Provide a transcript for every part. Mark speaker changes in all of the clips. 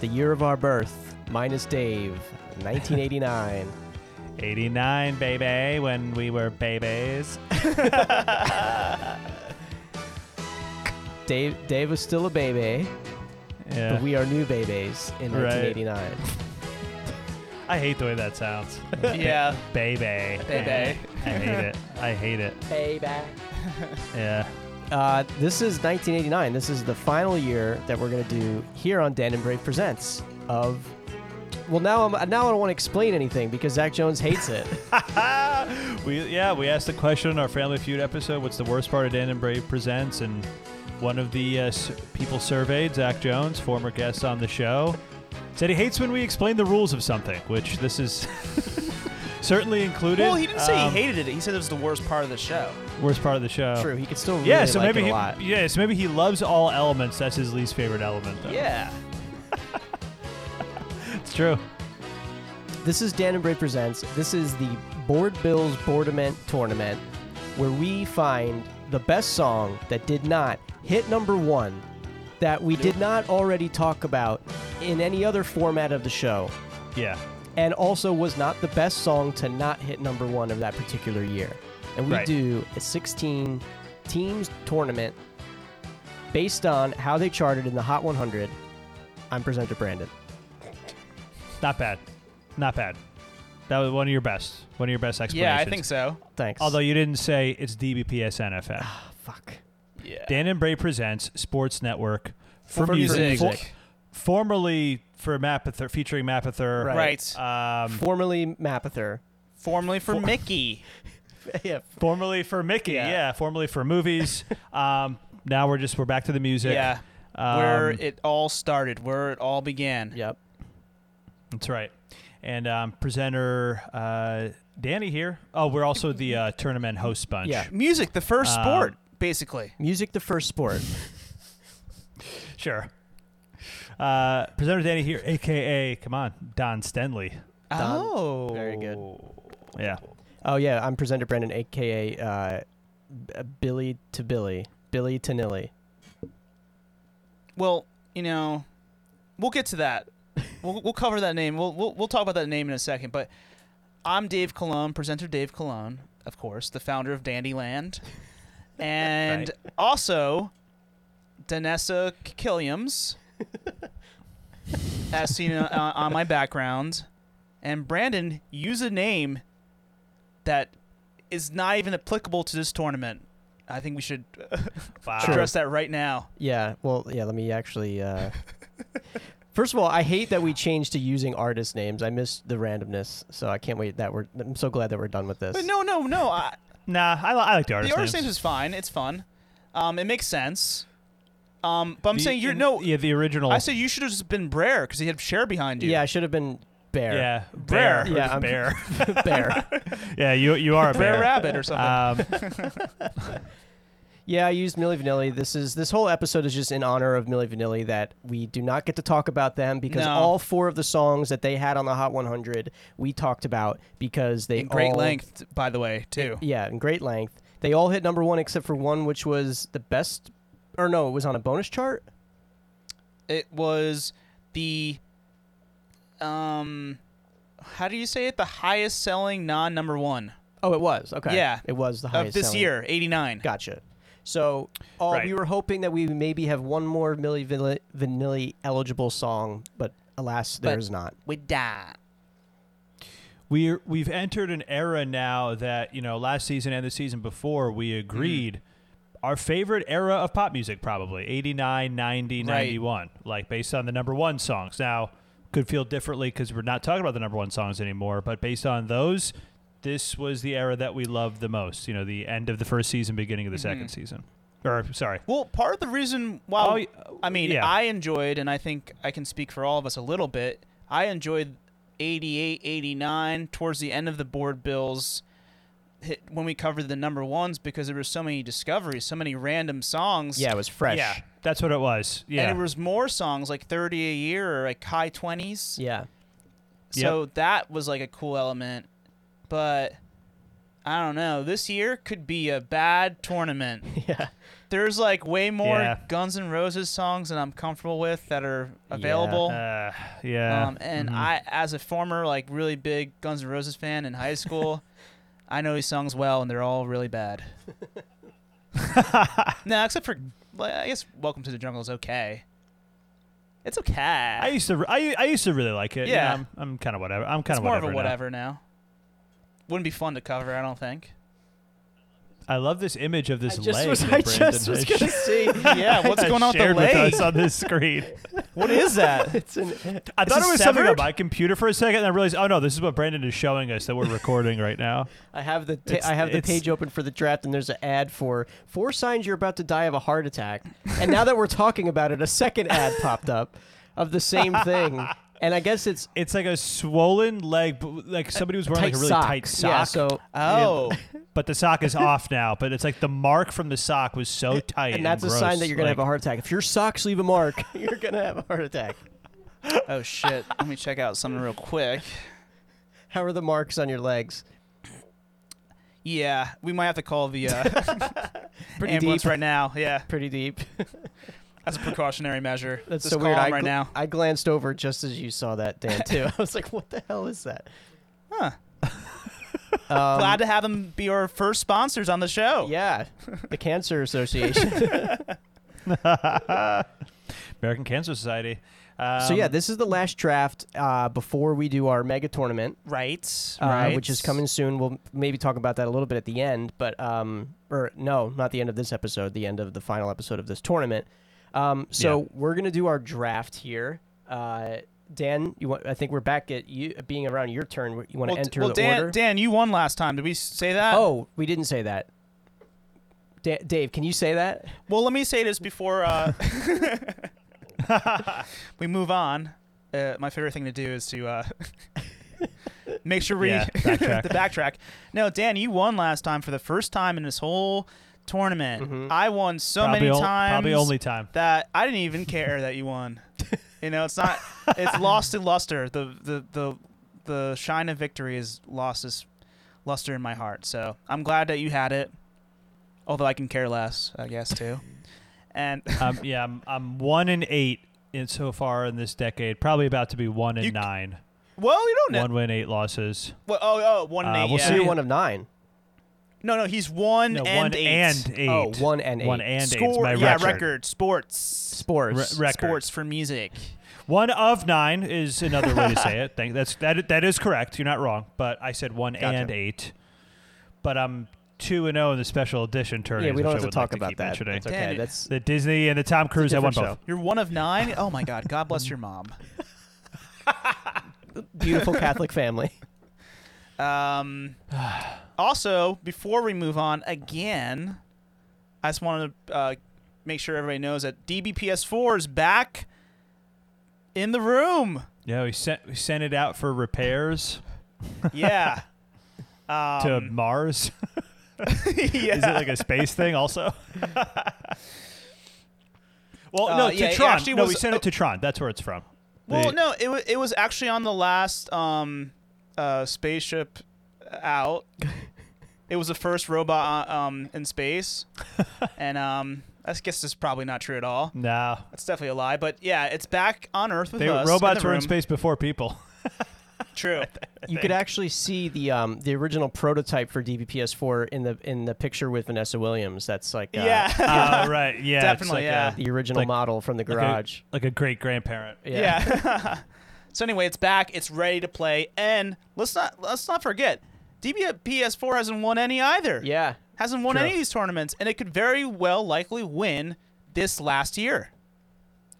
Speaker 1: the year of our birth, minus Dave, 1989.
Speaker 2: 89, baby, when we were babies.
Speaker 1: Dave, Dave was still a baby,
Speaker 2: Yeah.
Speaker 1: but we are new babies in
Speaker 2: Right.
Speaker 1: 1989.
Speaker 2: I hate the way that sounds.
Speaker 3: Yeah.
Speaker 2: baby.
Speaker 3: Baby.
Speaker 2: I hate it. I hate it.
Speaker 1: Baby.
Speaker 2: Yeah.
Speaker 1: Uh, this is 1989. This is the final year that we're gonna do here on Dan and Brave Presents of. Well, now I'm now I don't want to explain anything because Zach Jones hates it.
Speaker 2: we yeah we asked the question in our Family Feud episode. What's the worst part of Dan and Brave presents? And one of the uh, s- people surveyed, Zach Jones, former guest on the show, said he hates when we explain the rules of something, which this is certainly included.
Speaker 3: Well, he didn't say
Speaker 2: Um,
Speaker 3: he hated it. He said it was the worst part of the show.
Speaker 2: worst part of the show.
Speaker 1: True, he could still really
Speaker 2: Yeah, so
Speaker 1: like
Speaker 2: maybe
Speaker 1: it a
Speaker 2: he
Speaker 1: lot.
Speaker 2: yeah, so maybe he loves all elements. That's his least favorite element. Though.
Speaker 3: Yeah.
Speaker 2: it's true.
Speaker 1: This is Dan and Brave Presents. This is the Board Bills Boardament Tournament, where we find the best song that did not hit number one, that we did not already talk about in any other format of the show,
Speaker 2: Yeah,
Speaker 1: and also was not the best song to not hit number one of that particular year. And we
Speaker 2: Right.
Speaker 1: do a 16 teams tournament based on how they charted in the Hot 100. I'm presenter Brandon.
Speaker 2: not bad, not bad. That was one of your best, one of your best explanations.
Speaker 3: Yeah, I think so.
Speaker 1: Thanks.
Speaker 2: Although you didn't say it's DBPS NFN.
Speaker 1: fuck.
Speaker 3: Yeah.
Speaker 2: Dan and Bray presents Sports Network for,
Speaker 1: For
Speaker 2: music,
Speaker 1: music.
Speaker 2: For- formerly for Mapother, featuring Mapother.
Speaker 3: Right.
Speaker 2: Um,
Speaker 1: Formerly Mapother.
Speaker 3: Formerly for Mickey.
Speaker 1: yeah,
Speaker 2: formerly for Mickey. Yeah.
Speaker 3: Yeah.
Speaker 2: formerly for movies. um, now we're just we're back to the music.
Speaker 3: Yeah.
Speaker 2: Um,
Speaker 3: where it all started, where it all began.
Speaker 1: Yep.
Speaker 2: That's right. And um, presenter uh, Danny here. Oh, we're also the uh, tournament host bunch.
Speaker 1: Yeah.
Speaker 3: Music, the first
Speaker 2: Um,
Speaker 3: sport, basically.
Speaker 1: Music the first sport.
Speaker 2: Sure. Uh, presenter Danny here, aka come on, Don Stenley.
Speaker 1: Done.
Speaker 3: Oh.
Speaker 1: Very good.
Speaker 2: Yeah.
Speaker 1: Oh yeah, I'm presenter Brendan, aka uh, B- Billy to Billy, Billy to Nilly.
Speaker 3: Well, you know, we'll get to that. We'll, we'll cover that name. We'll, we'll we'll talk about that name in a second. But I'm Dave Cologne, presenter Dave Cologne, of course, the founder of Dandyland, and also Danessa Killiams, as seen on, on my background, and Brandon use a name that is not even applicable to this tournament. I think we should
Speaker 2: Wow.
Speaker 3: address that right now.
Speaker 1: Yeah. Well, yeah. Let me actually. Uh... First of all, I hate that we changed to using artist names. I miss the randomness, so I can't wait that we're. I'm so glad that we're done with this.
Speaker 3: But no, no, no. I,
Speaker 2: Nah, I, li- I like the artist
Speaker 3: the artist
Speaker 2: names.
Speaker 3: names is fine. It's fun. Um, it makes sense. Um, but I'm
Speaker 2: The- Oh.
Speaker 3: saying you're
Speaker 2: in-
Speaker 3: no.
Speaker 2: Yeah, the original.
Speaker 3: I said you should have just been Brer because he had Cher behind you.
Speaker 1: Yeah, I should have been Bear.
Speaker 2: Yeah,
Speaker 3: Bear.
Speaker 2: bear.
Speaker 1: Yeah, I'm-
Speaker 2: bear.
Speaker 1: Bear.
Speaker 2: yeah, you you are a
Speaker 3: Brer
Speaker 2: bear.
Speaker 3: Rabbit or
Speaker 1: Uh,
Speaker 3: something.
Speaker 2: Um,
Speaker 1: Yeah, I used Milli Vanilli. This is this whole episode is just in honor of Milli Vanilli that we do not get to talk about them because
Speaker 3: No.
Speaker 1: all four of the songs that they had on the Hot 100 we talked about because they
Speaker 3: in great
Speaker 1: all-
Speaker 3: length, by the way, too.
Speaker 1: Yeah, in great length. They all hit number one except for one, which was the best, or no, it was on a bonus chart.
Speaker 3: It was the um, how do you say it? The highest selling non number one
Speaker 1: Oh, it was okay.
Speaker 3: Yeah.
Speaker 1: it was the highest
Speaker 3: of this
Speaker 1: selling.
Speaker 3: year, eighty nine.
Speaker 1: Gotcha. So, all,
Speaker 2: Right.
Speaker 1: we were hoping that we maybe have one more Milli Vanilli- Vanilli eligible song, but alas, there
Speaker 3: But-
Speaker 1: is not.
Speaker 3: We die.
Speaker 2: we're we've entered an era now that you know last season and the season before we
Speaker 3: Mm-hmm.
Speaker 2: agreed our favorite era of pop music probably 89 90
Speaker 3: Right.
Speaker 2: 91 like based on the number one songs now could feel differently because we're not talking about the number one songs anymore but based on those this was the era that we loved the most you know the end of the first season beginning of the second
Speaker 3: Mm-hmm.
Speaker 2: season or sorry
Speaker 3: Well, part of the reason
Speaker 2: Oh,
Speaker 3: why
Speaker 2: y-
Speaker 3: I mean
Speaker 2: yeah.
Speaker 3: I enjoyed, and I think I can speak for all of us a little bit. I enjoyed 88, 89 towards the end of the board bills hit, when we covered the number ones because there were so many discoveries, so many random songs.
Speaker 1: Yeah, it was fresh.
Speaker 2: yeah that's what it was yeah
Speaker 3: And there was more songs like 30 a year or like high 20s.
Speaker 1: yeah.
Speaker 3: So that was like a cool element. But I don't know. This year could be a bad tournament.
Speaker 1: Yeah.
Speaker 3: There's like way more
Speaker 2: Yeah.
Speaker 3: Guns N' Roses songs than I'm comfortable with that are available.
Speaker 2: Uh, yeah. Mm-hmm.
Speaker 3: Um, and I, as a former like really big Guns N' Roses fan in high school, I know these songs well, and they're all really bad. no, except for like, I guess "Welcome to the Jungle" is okay. It's okay.
Speaker 2: I used to. I, I used to really like it.
Speaker 3: Yeah.
Speaker 2: I'm, I'm kind of whatever. I'm kind
Speaker 3: it's
Speaker 2: of whatever.
Speaker 3: more of a
Speaker 2: now.
Speaker 3: whatever now. Wouldn't be fun to cover, I don't think.
Speaker 2: I love this image of
Speaker 1: I
Speaker 2: this
Speaker 1: just
Speaker 2: leg.
Speaker 1: was,
Speaker 2: that
Speaker 1: I
Speaker 2: Brandon
Speaker 1: just was
Speaker 2: has
Speaker 1: gonna see.
Speaker 3: Yeah, what's
Speaker 2: has
Speaker 3: going on with the
Speaker 2: shared
Speaker 3: leg?
Speaker 2: us on this screen.
Speaker 3: What is that?
Speaker 1: It's an
Speaker 2: I thought
Speaker 3: Is
Speaker 2: it
Speaker 3: it
Speaker 2: was something on
Speaker 3: severed?
Speaker 2: my computer for a second, and I realized, oh no, this is what Brandon is showing us that we're recording right now.
Speaker 1: I have the ta-
Speaker 2: It's-
Speaker 1: I have the
Speaker 2: it's-
Speaker 1: page open for the draft, and there's an ad for four signs you're about to die of a heart attack. And now that we're talking about it, a second ad popped up of the same thing, and I guess it's
Speaker 2: It's like a swollen leg, but like somebody was wearing
Speaker 1: tight
Speaker 2: like a really
Speaker 1: sock.
Speaker 2: tight sock.
Speaker 1: Yeah, so
Speaker 3: Oh,
Speaker 2: but the sock is off now. But it's like the mark from the sock was so tight,
Speaker 1: and that's a
Speaker 2: gross,
Speaker 1: sign that you're gonna have a
Speaker 2: like-
Speaker 1: heart attack. If your socks leave a mark, you're gonna have a heart attack.
Speaker 3: oh shit! Let me check out something real quick.
Speaker 1: How are the marks on your legs?
Speaker 3: Yeah, we might have to call the uh,
Speaker 1: Pretty
Speaker 3: ambulance
Speaker 1: deep.
Speaker 3: right now. Yeah,
Speaker 1: Pretty deep.
Speaker 3: as a precautionary measure.
Speaker 1: That's
Speaker 3: Just
Speaker 1: so
Speaker 3: call
Speaker 1: weird.
Speaker 3: him
Speaker 1: I
Speaker 3: right
Speaker 1: gl-
Speaker 3: now.
Speaker 1: I glanced over just as you saw that, Dan. Too. I was like, "What the hell is that?"
Speaker 3: Huh.
Speaker 1: Um,
Speaker 3: Glad to have them be our first sponsors on the show.
Speaker 1: Yeah, the Cancer Association.
Speaker 2: American Cancer Society. Um,
Speaker 1: so yeah, this is the last draft uh, before we do our mega tournament,
Speaker 3: Right.
Speaker 1: uh,
Speaker 3: right.
Speaker 1: which is coming soon. We'll maybe talk about that a little bit at the end, but um, or no, not the end of this episode, the end of the final episode of this tournament. Um, so
Speaker 2: Yeah.
Speaker 1: we're gonna do our draft here. Uh, Dan, you want, I think we're back at you being around your turn. You want to
Speaker 3: Well, d-
Speaker 1: enter
Speaker 3: well,
Speaker 1: the
Speaker 3: Dan,
Speaker 1: order?
Speaker 3: Dan, you won last time. Did we s- say that?
Speaker 1: oh, we didn't say that. Da- Dave, can you say that?
Speaker 3: Well, let me say this before uh, we move on. Uh, my favorite thing to do is to uh, make sure we
Speaker 2: Yeah, backtrack.
Speaker 3: the backtrack. No, Dan, you won last time for the first time in this whole tournament.
Speaker 1: Mhm.
Speaker 3: I won so
Speaker 2: probably
Speaker 3: many
Speaker 2: ol-
Speaker 3: times
Speaker 2: Probably only time.
Speaker 3: that I didn't even care that you won. You know, it's not. It's lost in luster. The the the the shine of victory is lost its luster in my heart. So I'm glad that you had it. Although I can care less, I guess too. And
Speaker 2: Um, yeah, I'm, I'm one in eight in so far in this decade. Probably about to be one in
Speaker 3: You c-
Speaker 2: nine.
Speaker 3: well, you don't know.
Speaker 2: One win, eight losses.
Speaker 3: Well, oh, oh, one and
Speaker 2: Uh,
Speaker 3: eight.
Speaker 2: we'll
Speaker 3: yeah.
Speaker 1: So
Speaker 2: see
Speaker 1: you're one of nine.
Speaker 3: No, no, he's one
Speaker 2: No,
Speaker 3: and
Speaker 2: one
Speaker 3: eight.
Speaker 2: and eight.
Speaker 1: Oh, one and eight.
Speaker 2: One and eight.
Speaker 3: Score,
Speaker 2: It's my
Speaker 3: yeah,
Speaker 2: record.
Speaker 3: Sports.
Speaker 1: Sports.
Speaker 2: Re- record.
Speaker 3: Sports for music.
Speaker 2: One of nine is another way to say it. Thank, that's that. That is correct. You're not wrong. But I said one
Speaker 1: Gotcha.
Speaker 2: and eight. But I'm two and zero in the special edition tourney.
Speaker 1: yeah, we don't have to
Speaker 2: would like
Speaker 1: talk about
Speaker 2: keep
Speaker 1: that.
Speaker 2: mentioning.
Speaker 1: That's okay.
Speaker 3: Dang it.
Speaker 1: That's
Speaker 2: The Disney and the Tom Cruise. I won
Speaker 1: different
Speaker 2: both.
Speaker 1: show.
Speaker 3: You're one of nine. Oh my God. God bless your mom.
Speaker 1: beautiful Catholic family.
Speaker 3: Um, also, before we move on again, I just wanted to uh, make sure everybody knows that DBPS4 is back in the room.
Speaker 2: Yeah, we sent we sent it out for repairs
Speaker 3: Yeah.
Speaker 2: to
Speaker 3: Um,
Speaker 2: Mars.
Speaker 3: yeah.
Speaker 2: Is it like a space thing also? well,
Speaker 3: Uh,
Speaker 2: no, to
Speaker 3: yeah, it
Speaker 2: Tron.
Speaker 3: actually
Speaker 2: No,
Speaker 3: was-
Speaker 2: we sent it to Tron. That's where it's from.
Speaker 3: well,
Speaker 2: The-
Speaker 3: no, it, wa it was actually on the last um, uh, spaceship out. it was the first robot uh, um, in space. and um, I guess it's probably not true at all.
Speaker 2: No.
Speaker 3: That's definitely a lie. But yeah, it's back on Earth with
Speaker 2: They,
Speaker 3: us.
Speaker 2: robots
Speaker 3: in the
Speaker 2: were in
Speaker 3: room.
Speaker 2: space before people.
Speaker 3: True.
Speaker 1: You could actually see the um, the original prototype for DBPS4 in the in the picture with Vanessa Williams. That's like uh,
Speaker 3: yeah.
Speaker 2: Uh, right. Yeah. it's
Speaker 3: Definitely,
Speaker 2: like
Speaker 3: yeah.
Speaker 1: the original
Speaker 2: Like-
Speaker 1: model from the
Speaker 2: a, like,
Speaker 1: garage.
Speaker 2: a, like a great grandparent.
Speaker 1: yeah.
Speaker 3: Yeah. so anyway, it's back. It's ready to play, and let's not let's not forget, DBPS4 hasn't won any either.
Speaker 1: Yeah.
Speaker 3: Hasn't won
Speaker 2: True.
Speaker 3: any of these tournaments, and it could very well likely win this last year.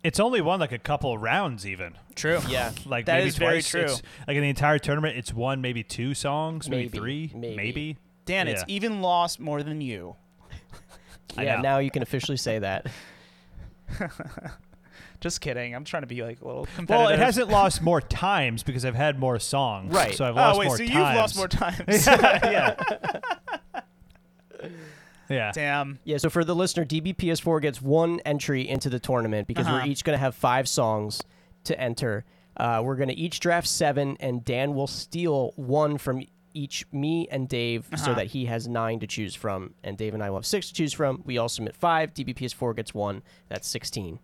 Speaker 2: It's only won like a couple rounds even.
Speaker 3: True. Yeah.
Speaker 2: Like
Speaker 3: That
Speaker 2: maybe
Speaker 3: is very
Speaker 2: twice.
Speaker 3: true.
Speaker 2: It's- like in the entire tournament, it's won maybe two songs, maybe,
Speaker 1: Maybe,
Speaker 2: three,
Speaker 1: maybe.
Speaker 3: Dan, it's
Speaker 2: Yeah.
Speaker 3: even lost more than you.
Speaker 2: I
Speaker 1: Yeah,
Speaker 2: know.
Speaker 1: Now you can officially say that.
Speaker 3: Just kidding. I'm trying to be like a little competitive.
Speaker 2: Well, it hasn't lost more times because I've had more songs.
Speaker 1: Right.
Speaker 2: So I've
Speaker 3: Oh
Speaker 2: lost
Speaker 3: wait,
Speaker 2: more
Speaker 3: so
Speaker 2: times.
Speaker 3: you've lost more times.
Speaker 2: yeah. yeah.
Speaker 3: Damn.
Speaker 1: Yeah. So for the listener, DBPS4 gets one entry into the tournament because we're
Speaker 3: Uh-huh.
Speaker 1: each going to have five songs to enter. Uh, we're going to each draft seven, and Dan will steal one from each me and Dave so
Speaker 3: Uh-huh.
Speaker 1: that he has nine to choose from, and Dave and I will have six to choose from. We all submit five. DBP is four, gets one. That's sixteen.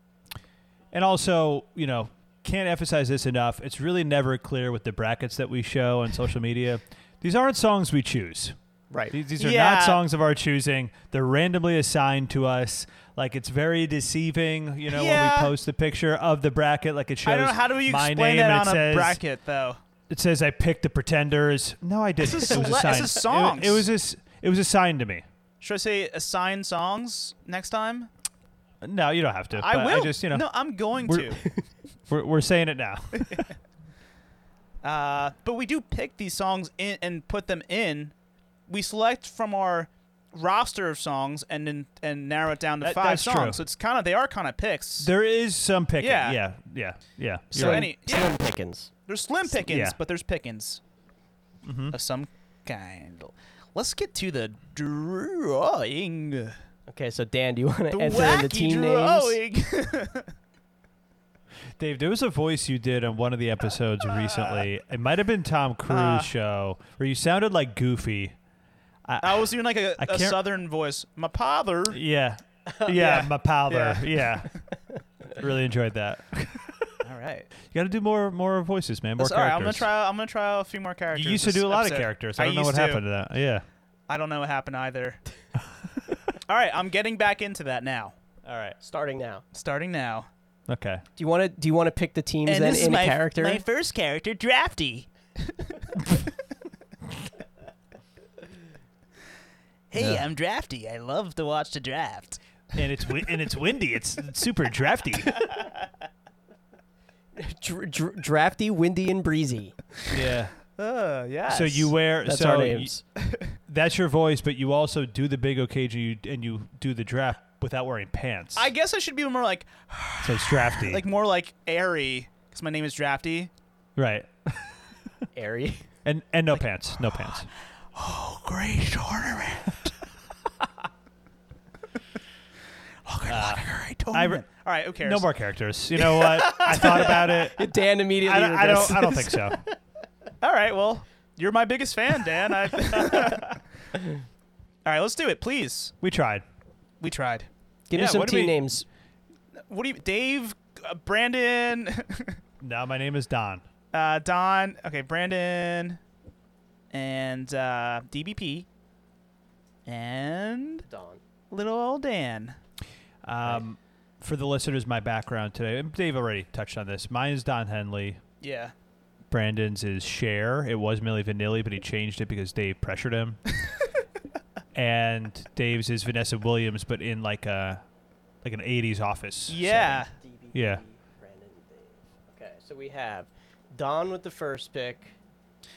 Speaker 2: And also, you know, can't emphasize this enough. It's really never clear with the brackets that we show on social media. These aren't songs we choose.
Speaker 1: Right.
Speaker 2: These, these are
Speaker 3: Yeah.
Speaker 2: not songs of our choosing. They're randomly assigned to us. Like it's very deceiving, you know,
Speaker 3: Yeah.
Speaker 2: when we post the picture of the bracket. Like it shows.
Speaker 3: I don't know. How do you
Speaker 2: my name
Speaker 3: explain that
Speaker 2: and
Speaker 3: on
Speaker 2: it
Speaker 3: a
Speaker 2: says,
Speaker 3: bracket, though?
Speaker 2: It says I picked the Pretenders. No, I didn't.
Speaker 3: This is
Speaker 2: it was
Speaker 3: sele- this
Speaker 2: assigned.
Speaker 3: is songs.
Speaker 2: It, it was this. It was assigned to me.
Speaker 3: Should I say assign songs next time?
Speaker 2: No, you don't have to.
Speaker 3: I
Speaker 2: but
Speaker 3: will.
Speaker 2: I just, you know,
Speaker 3: no, I'm going
Speaker 2: we're-
Speaker 3: to.
Speaker 2: we're, we're saying it now.
Speaker 3: Uh, but we do pick these songs in and put them in. We select from our roster of songs and then and narrow it down to
Speaker 2: That-
Speaker 3: five
Speaker 2: that's
Speaker 3: songs.
Speaker 2: true.
Speaker 3: So it's kind of they are kind of picks.
Speaker 2: There is some picking.
Speaker 3: Yeah.
Speaker 2: Yeah, yeah, yeah. yeah.
Speaker 3: So
Speaker 2: You're right.
Speaker 3: any-
Speaker 1: slim
Speaker 3: yeah.
Speaker 1: pickings.
Speaker 3: there's slim pickings,
Speaker 2: yeah. Mm-hmm.
Speaker 3: but there's pickings of some kind. Let's get to the drawing. The
Speaker 1: Okay, so Dan, do you want to enter in
Speaker 3: wacky Oh,
Speaker 1: the team names?
Speaker 3: drawing.
Speaker 2: Dave, there was a voice you did on one of the episodes recently. It might have been Tom Cruise
Speaker 3: Uh.
Speaker 2: show where you sounded like Goofy.
Speaker 3: I was doing like a,
Speaker 2: I
Speaker 3: a
Speaker 2: can't-
Speaker 3: southern voice. My father.
Speaker 2: Yeah, yeah,
Speaker 3: Yeah.
Speaker 2: my powder.
Speaker 3: Yeah.
Speaker 2: Yeah, really enjoyed that. You
Speaker 3: All right.
Speaker 2: got to do more, more voices, man. More
Speaker 3: That's- all right. I'm gonna
Speaker 2: characters.
Speaker 3: try. I'm gonna try a few more characters.
Speaker 2: You used to
Speaker 3: this
Speaker 2: do a lot
Speaker 3: episode.
Speaker 2: of characters. I
Speaker 3: I
Speaker 2: don't know what
Speaker 3: used to.
Speaker 2: happened to that. Yeah.
Speaker 3: I don't know what happened either. All right, I'm getting back into that now.
Speaker 2: All right.
Speaker 1: Starting now.
Speaker 3: Starting now.
Speaker 2: Okay.
Speaker 1: Do you want to do you want to pick the teams then in a character?
Speaker 3: first character, Drafty.
Speaker 2: Hey, Yeah.
Speaker 3: I'm Drafty. I love to watch the draft.
Speaker 2: And it's wi- and it's windy. It's, it's super drafty.
Speaker 1: Dr- dr- drafty, windy, and breezy.
Speaker 2: Yeah.
Speaker 3: Uh, yeah.
Speaker 2: So you wear
Speaker 1: That's
Speaker 2: so
Speaker 1: our
Speaker 2: you-
Speaker 1: names.
Speaker 2: that's your voice, but you also do the big occasion you, and you do the draft without wearing pants.
Speaker 3: I guess I should be more like,
Speaker 2: so it's drafty.
Speaker 3: like more like airy, because my name is Drafty.
Speaker 2: right.
Speaker 1: Airy.
Speaker 2: And and no pants, no pants.
Speaker 3: Oh, great ornament. Look at great
Speaker 2: ornament.
Speaker 3: Uh, All right, who cares?
Speaker 2: No more characters. You know what? I thought about it.
Speaker 1: Dan immediately.
Speaker 2: I don't, I
Speaker 1: regrets.
Speaker 2: don't. I don't think so.
Speaker 3: All right, well, you're my biggest fan, Dan. I... All right, let's do it, please.
Speaker 2: We tried.
Speaker 3: We tried.
Speaker 1: Give me
Speaker 2: Yeah,
Speaker 1: some
Speaker 2: what do
Speaker 1: team
Speaker 2: we-
Speaker 1: names.
Speaker 3: What do you, Dave, uh, Brandon,
Speaker 2: Now my name is Don.
Speaker 3: uh, Don? Okay, Brandon, and uh, DBP, and
Speaker 1: Don.
Speaker 3: little old Dan.
Speaker 2: Um, for the listeners, my background today. and Dave already touched on this. Mine is Don Henley.
Speaker 3: Yeah.
Speaker 2: Brandon's is Cher. It was Millie Vanilli, but he changed it because Dave pressured him. and Dave's is Vanessa Williams, but in like a like an '80s office.
Speaker 3: Yeah.
Speaker 1: DB.
Speaker 2: Yeah.
Speaker 1: Brandon. Dave. Okay, so we have Don with the first pick,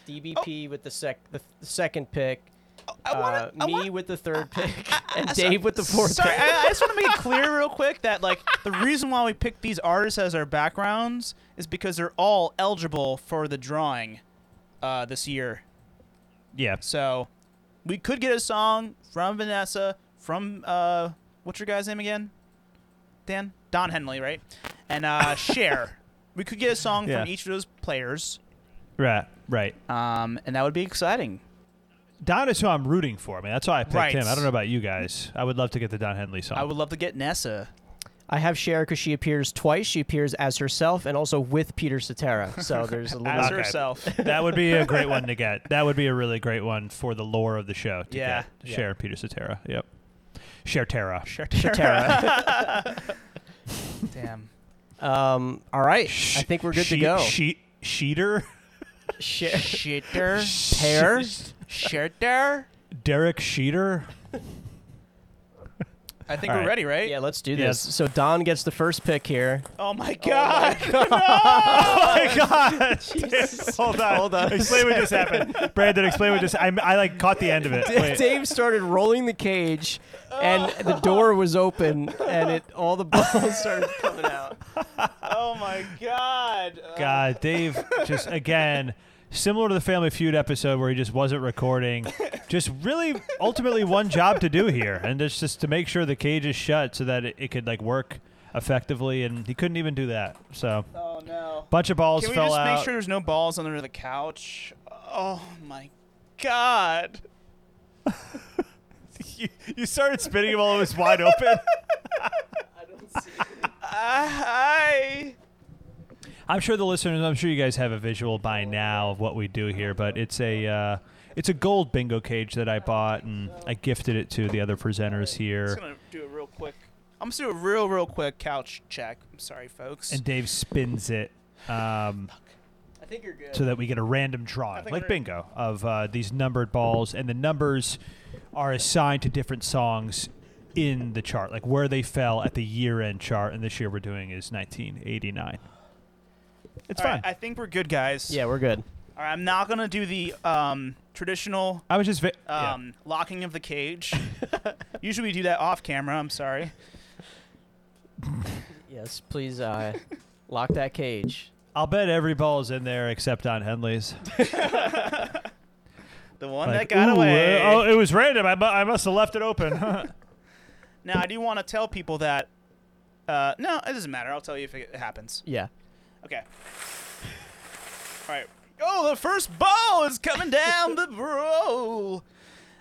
Speaker 1: DBP with the sec the, the second pick,
Speaker 3: Oh. I wanna-
Speaker 1: uh,
Speaker 3: I
Speaker 1: me
Speaker 3: wanna-
Speaker 1: with the third pick, and
Speaker 3: I- so-
Speaker 1: Dave with the fourth.
Speaker 3: Sorry,
Speaker 1: pick.
Speaker 3: I, I just want to make it clear real quick that like the reason why we picked these artists as our backgrounds is because they're all eligible for the drawing uh, this year.
Speaker 2: Yeah.
Speaker 3: So we could get a song from Vanessa, from uh, what's your guy's name again? Dan Don Henley, right? And uh, Cher. We could get a song
Speaker 2: Yeah.
Speaker 3: from each of those players,
Speaker 2: Right. Right.
Speaker 3: um, and that would be exciting.
Speaker 2: Don is who I'm rooting for. Man, that's why I picked
Speaker 3: Right.
Speaker 2: him. I don't know about you guys. I would love to get the Don Henley song.
Speaker 3: I would love to get Nessa.
Speaker 1: I have Cher because she appears twice. She appears as herself and also with Peter Cetera. So there's a
Speaker 3: As
Speaker 1: little.
Speaker 2: Okay.
Speaker 3: herself.
Speaker 2: that would be a great one to get. That would be a really great one for the lore of the show. To
Speaker 3: Yeah.
Speaker 2: Get. Cher and Peter Cetera. Yep. Cher Terra.
Speaker 1: Cetera.
Speaker 3: Damn.
Speaker 1: um, all right, I think we're good to go.
Speaker 2: She, Sheeter.
Speaker 1: Cher-
Speaker 3: Shitter.
Speaker 1: Pear?
Speaker 3: Shitter.
Speaker 2: Derek Sheeter.
Speaker 3: I think
Speaker 2: All
Speaker 3: we're
Speaker 2: right.
Speaker 3: ready, right?
Speaker 1: Yeah, let's do this.
Speaker 2: Yes.
Speaker 1: So Don gets the first pick here.
Speaker 3: Oh my god.
Speaker 2: Oh my God! Hold on.
Speaker 1: Hold on a
Speaker 2: Explain what just happened, Brandon. Explain what just. I, I like caught the end of it. Wait.
Speaker 1: Dave started rolling the cage, and the door was open, and it all the balls started coming out.
Speaker 3: Oh my god.
Speaker 2: God, Dave, just again, similar to the Family Feud episode where he just wasn't recording, just really ultimately one job to do here, and it's just to make sure the cage is shut so that it, it could like work effectively, and he couldn't even do that. So,
Speaker 3: Oh no.
Speaker 2: bunch of balls
Speaker 3: Can we
Speaker 2: fell
Speaker 3: just
Speaker 2: out.
Speaker 3: make sure there's no balls under the couch? Oh my God.
Speaker 2: You, you started spinning him while it was wide open.
Speaker 3: I.
Speaker 2: I'm sure the listeners, I'm sure you guys have a visual by now of what we do here, but it's a uh, it's a gold bingo cage that I bought and I gifted it to the other presenters
Speaker 3: I'm
Speaker 2: here.
Speaker 3: just gonna do a real quick. I'm just gonna do a real, real quick couch check. I'm sorry, folks.
Speaker 2: And Dave spins it um,
Speaker 3: I think you're good.
Speaker 2: so that we get a random
Speaker 3: I
Speaker 2: drawing,
Speaker 3: think
Speaker 2: like
Speaker 3: we're-
Speaker 2: bingo, of uh, these numbered balls, and the numbers are assigned to different songs in the chart, like where they fell at the year-end chart. And this year we're doing is 1989. It's
Speaker 3: All right,
Speaker 2: fine.
Speaker 3: I think we're good, guys.
Speaker 1: Yeah, we're good.
Speaker 3: All right, I'm not gonna do the um, traditional
Speaker 2: I was just vi- yeah.
Speaker 3: um, locking of the cage. Usually we do that off camera. I'm sorry.
Speaker 1: Yes, please uh, lock that cage.
Speaker 2: I'll bet every ball is in there except on Henley's.
Speaker 3: The one
Speaker 2: Like,
Speaker 3: that got
Speaker 2: "Ooh,
Speaker 3: away.
Speaker 2: uh, oh, it was random. I, mu- I must have left it open.
Speaker 3: Now I do want to tell people that. Uh, no, it doesn't matter. I'll tell you if it happens.
Speaker 1: Yeah.
Speaker 3: Okay. All right. Oh, the first ball is coming down the roll. All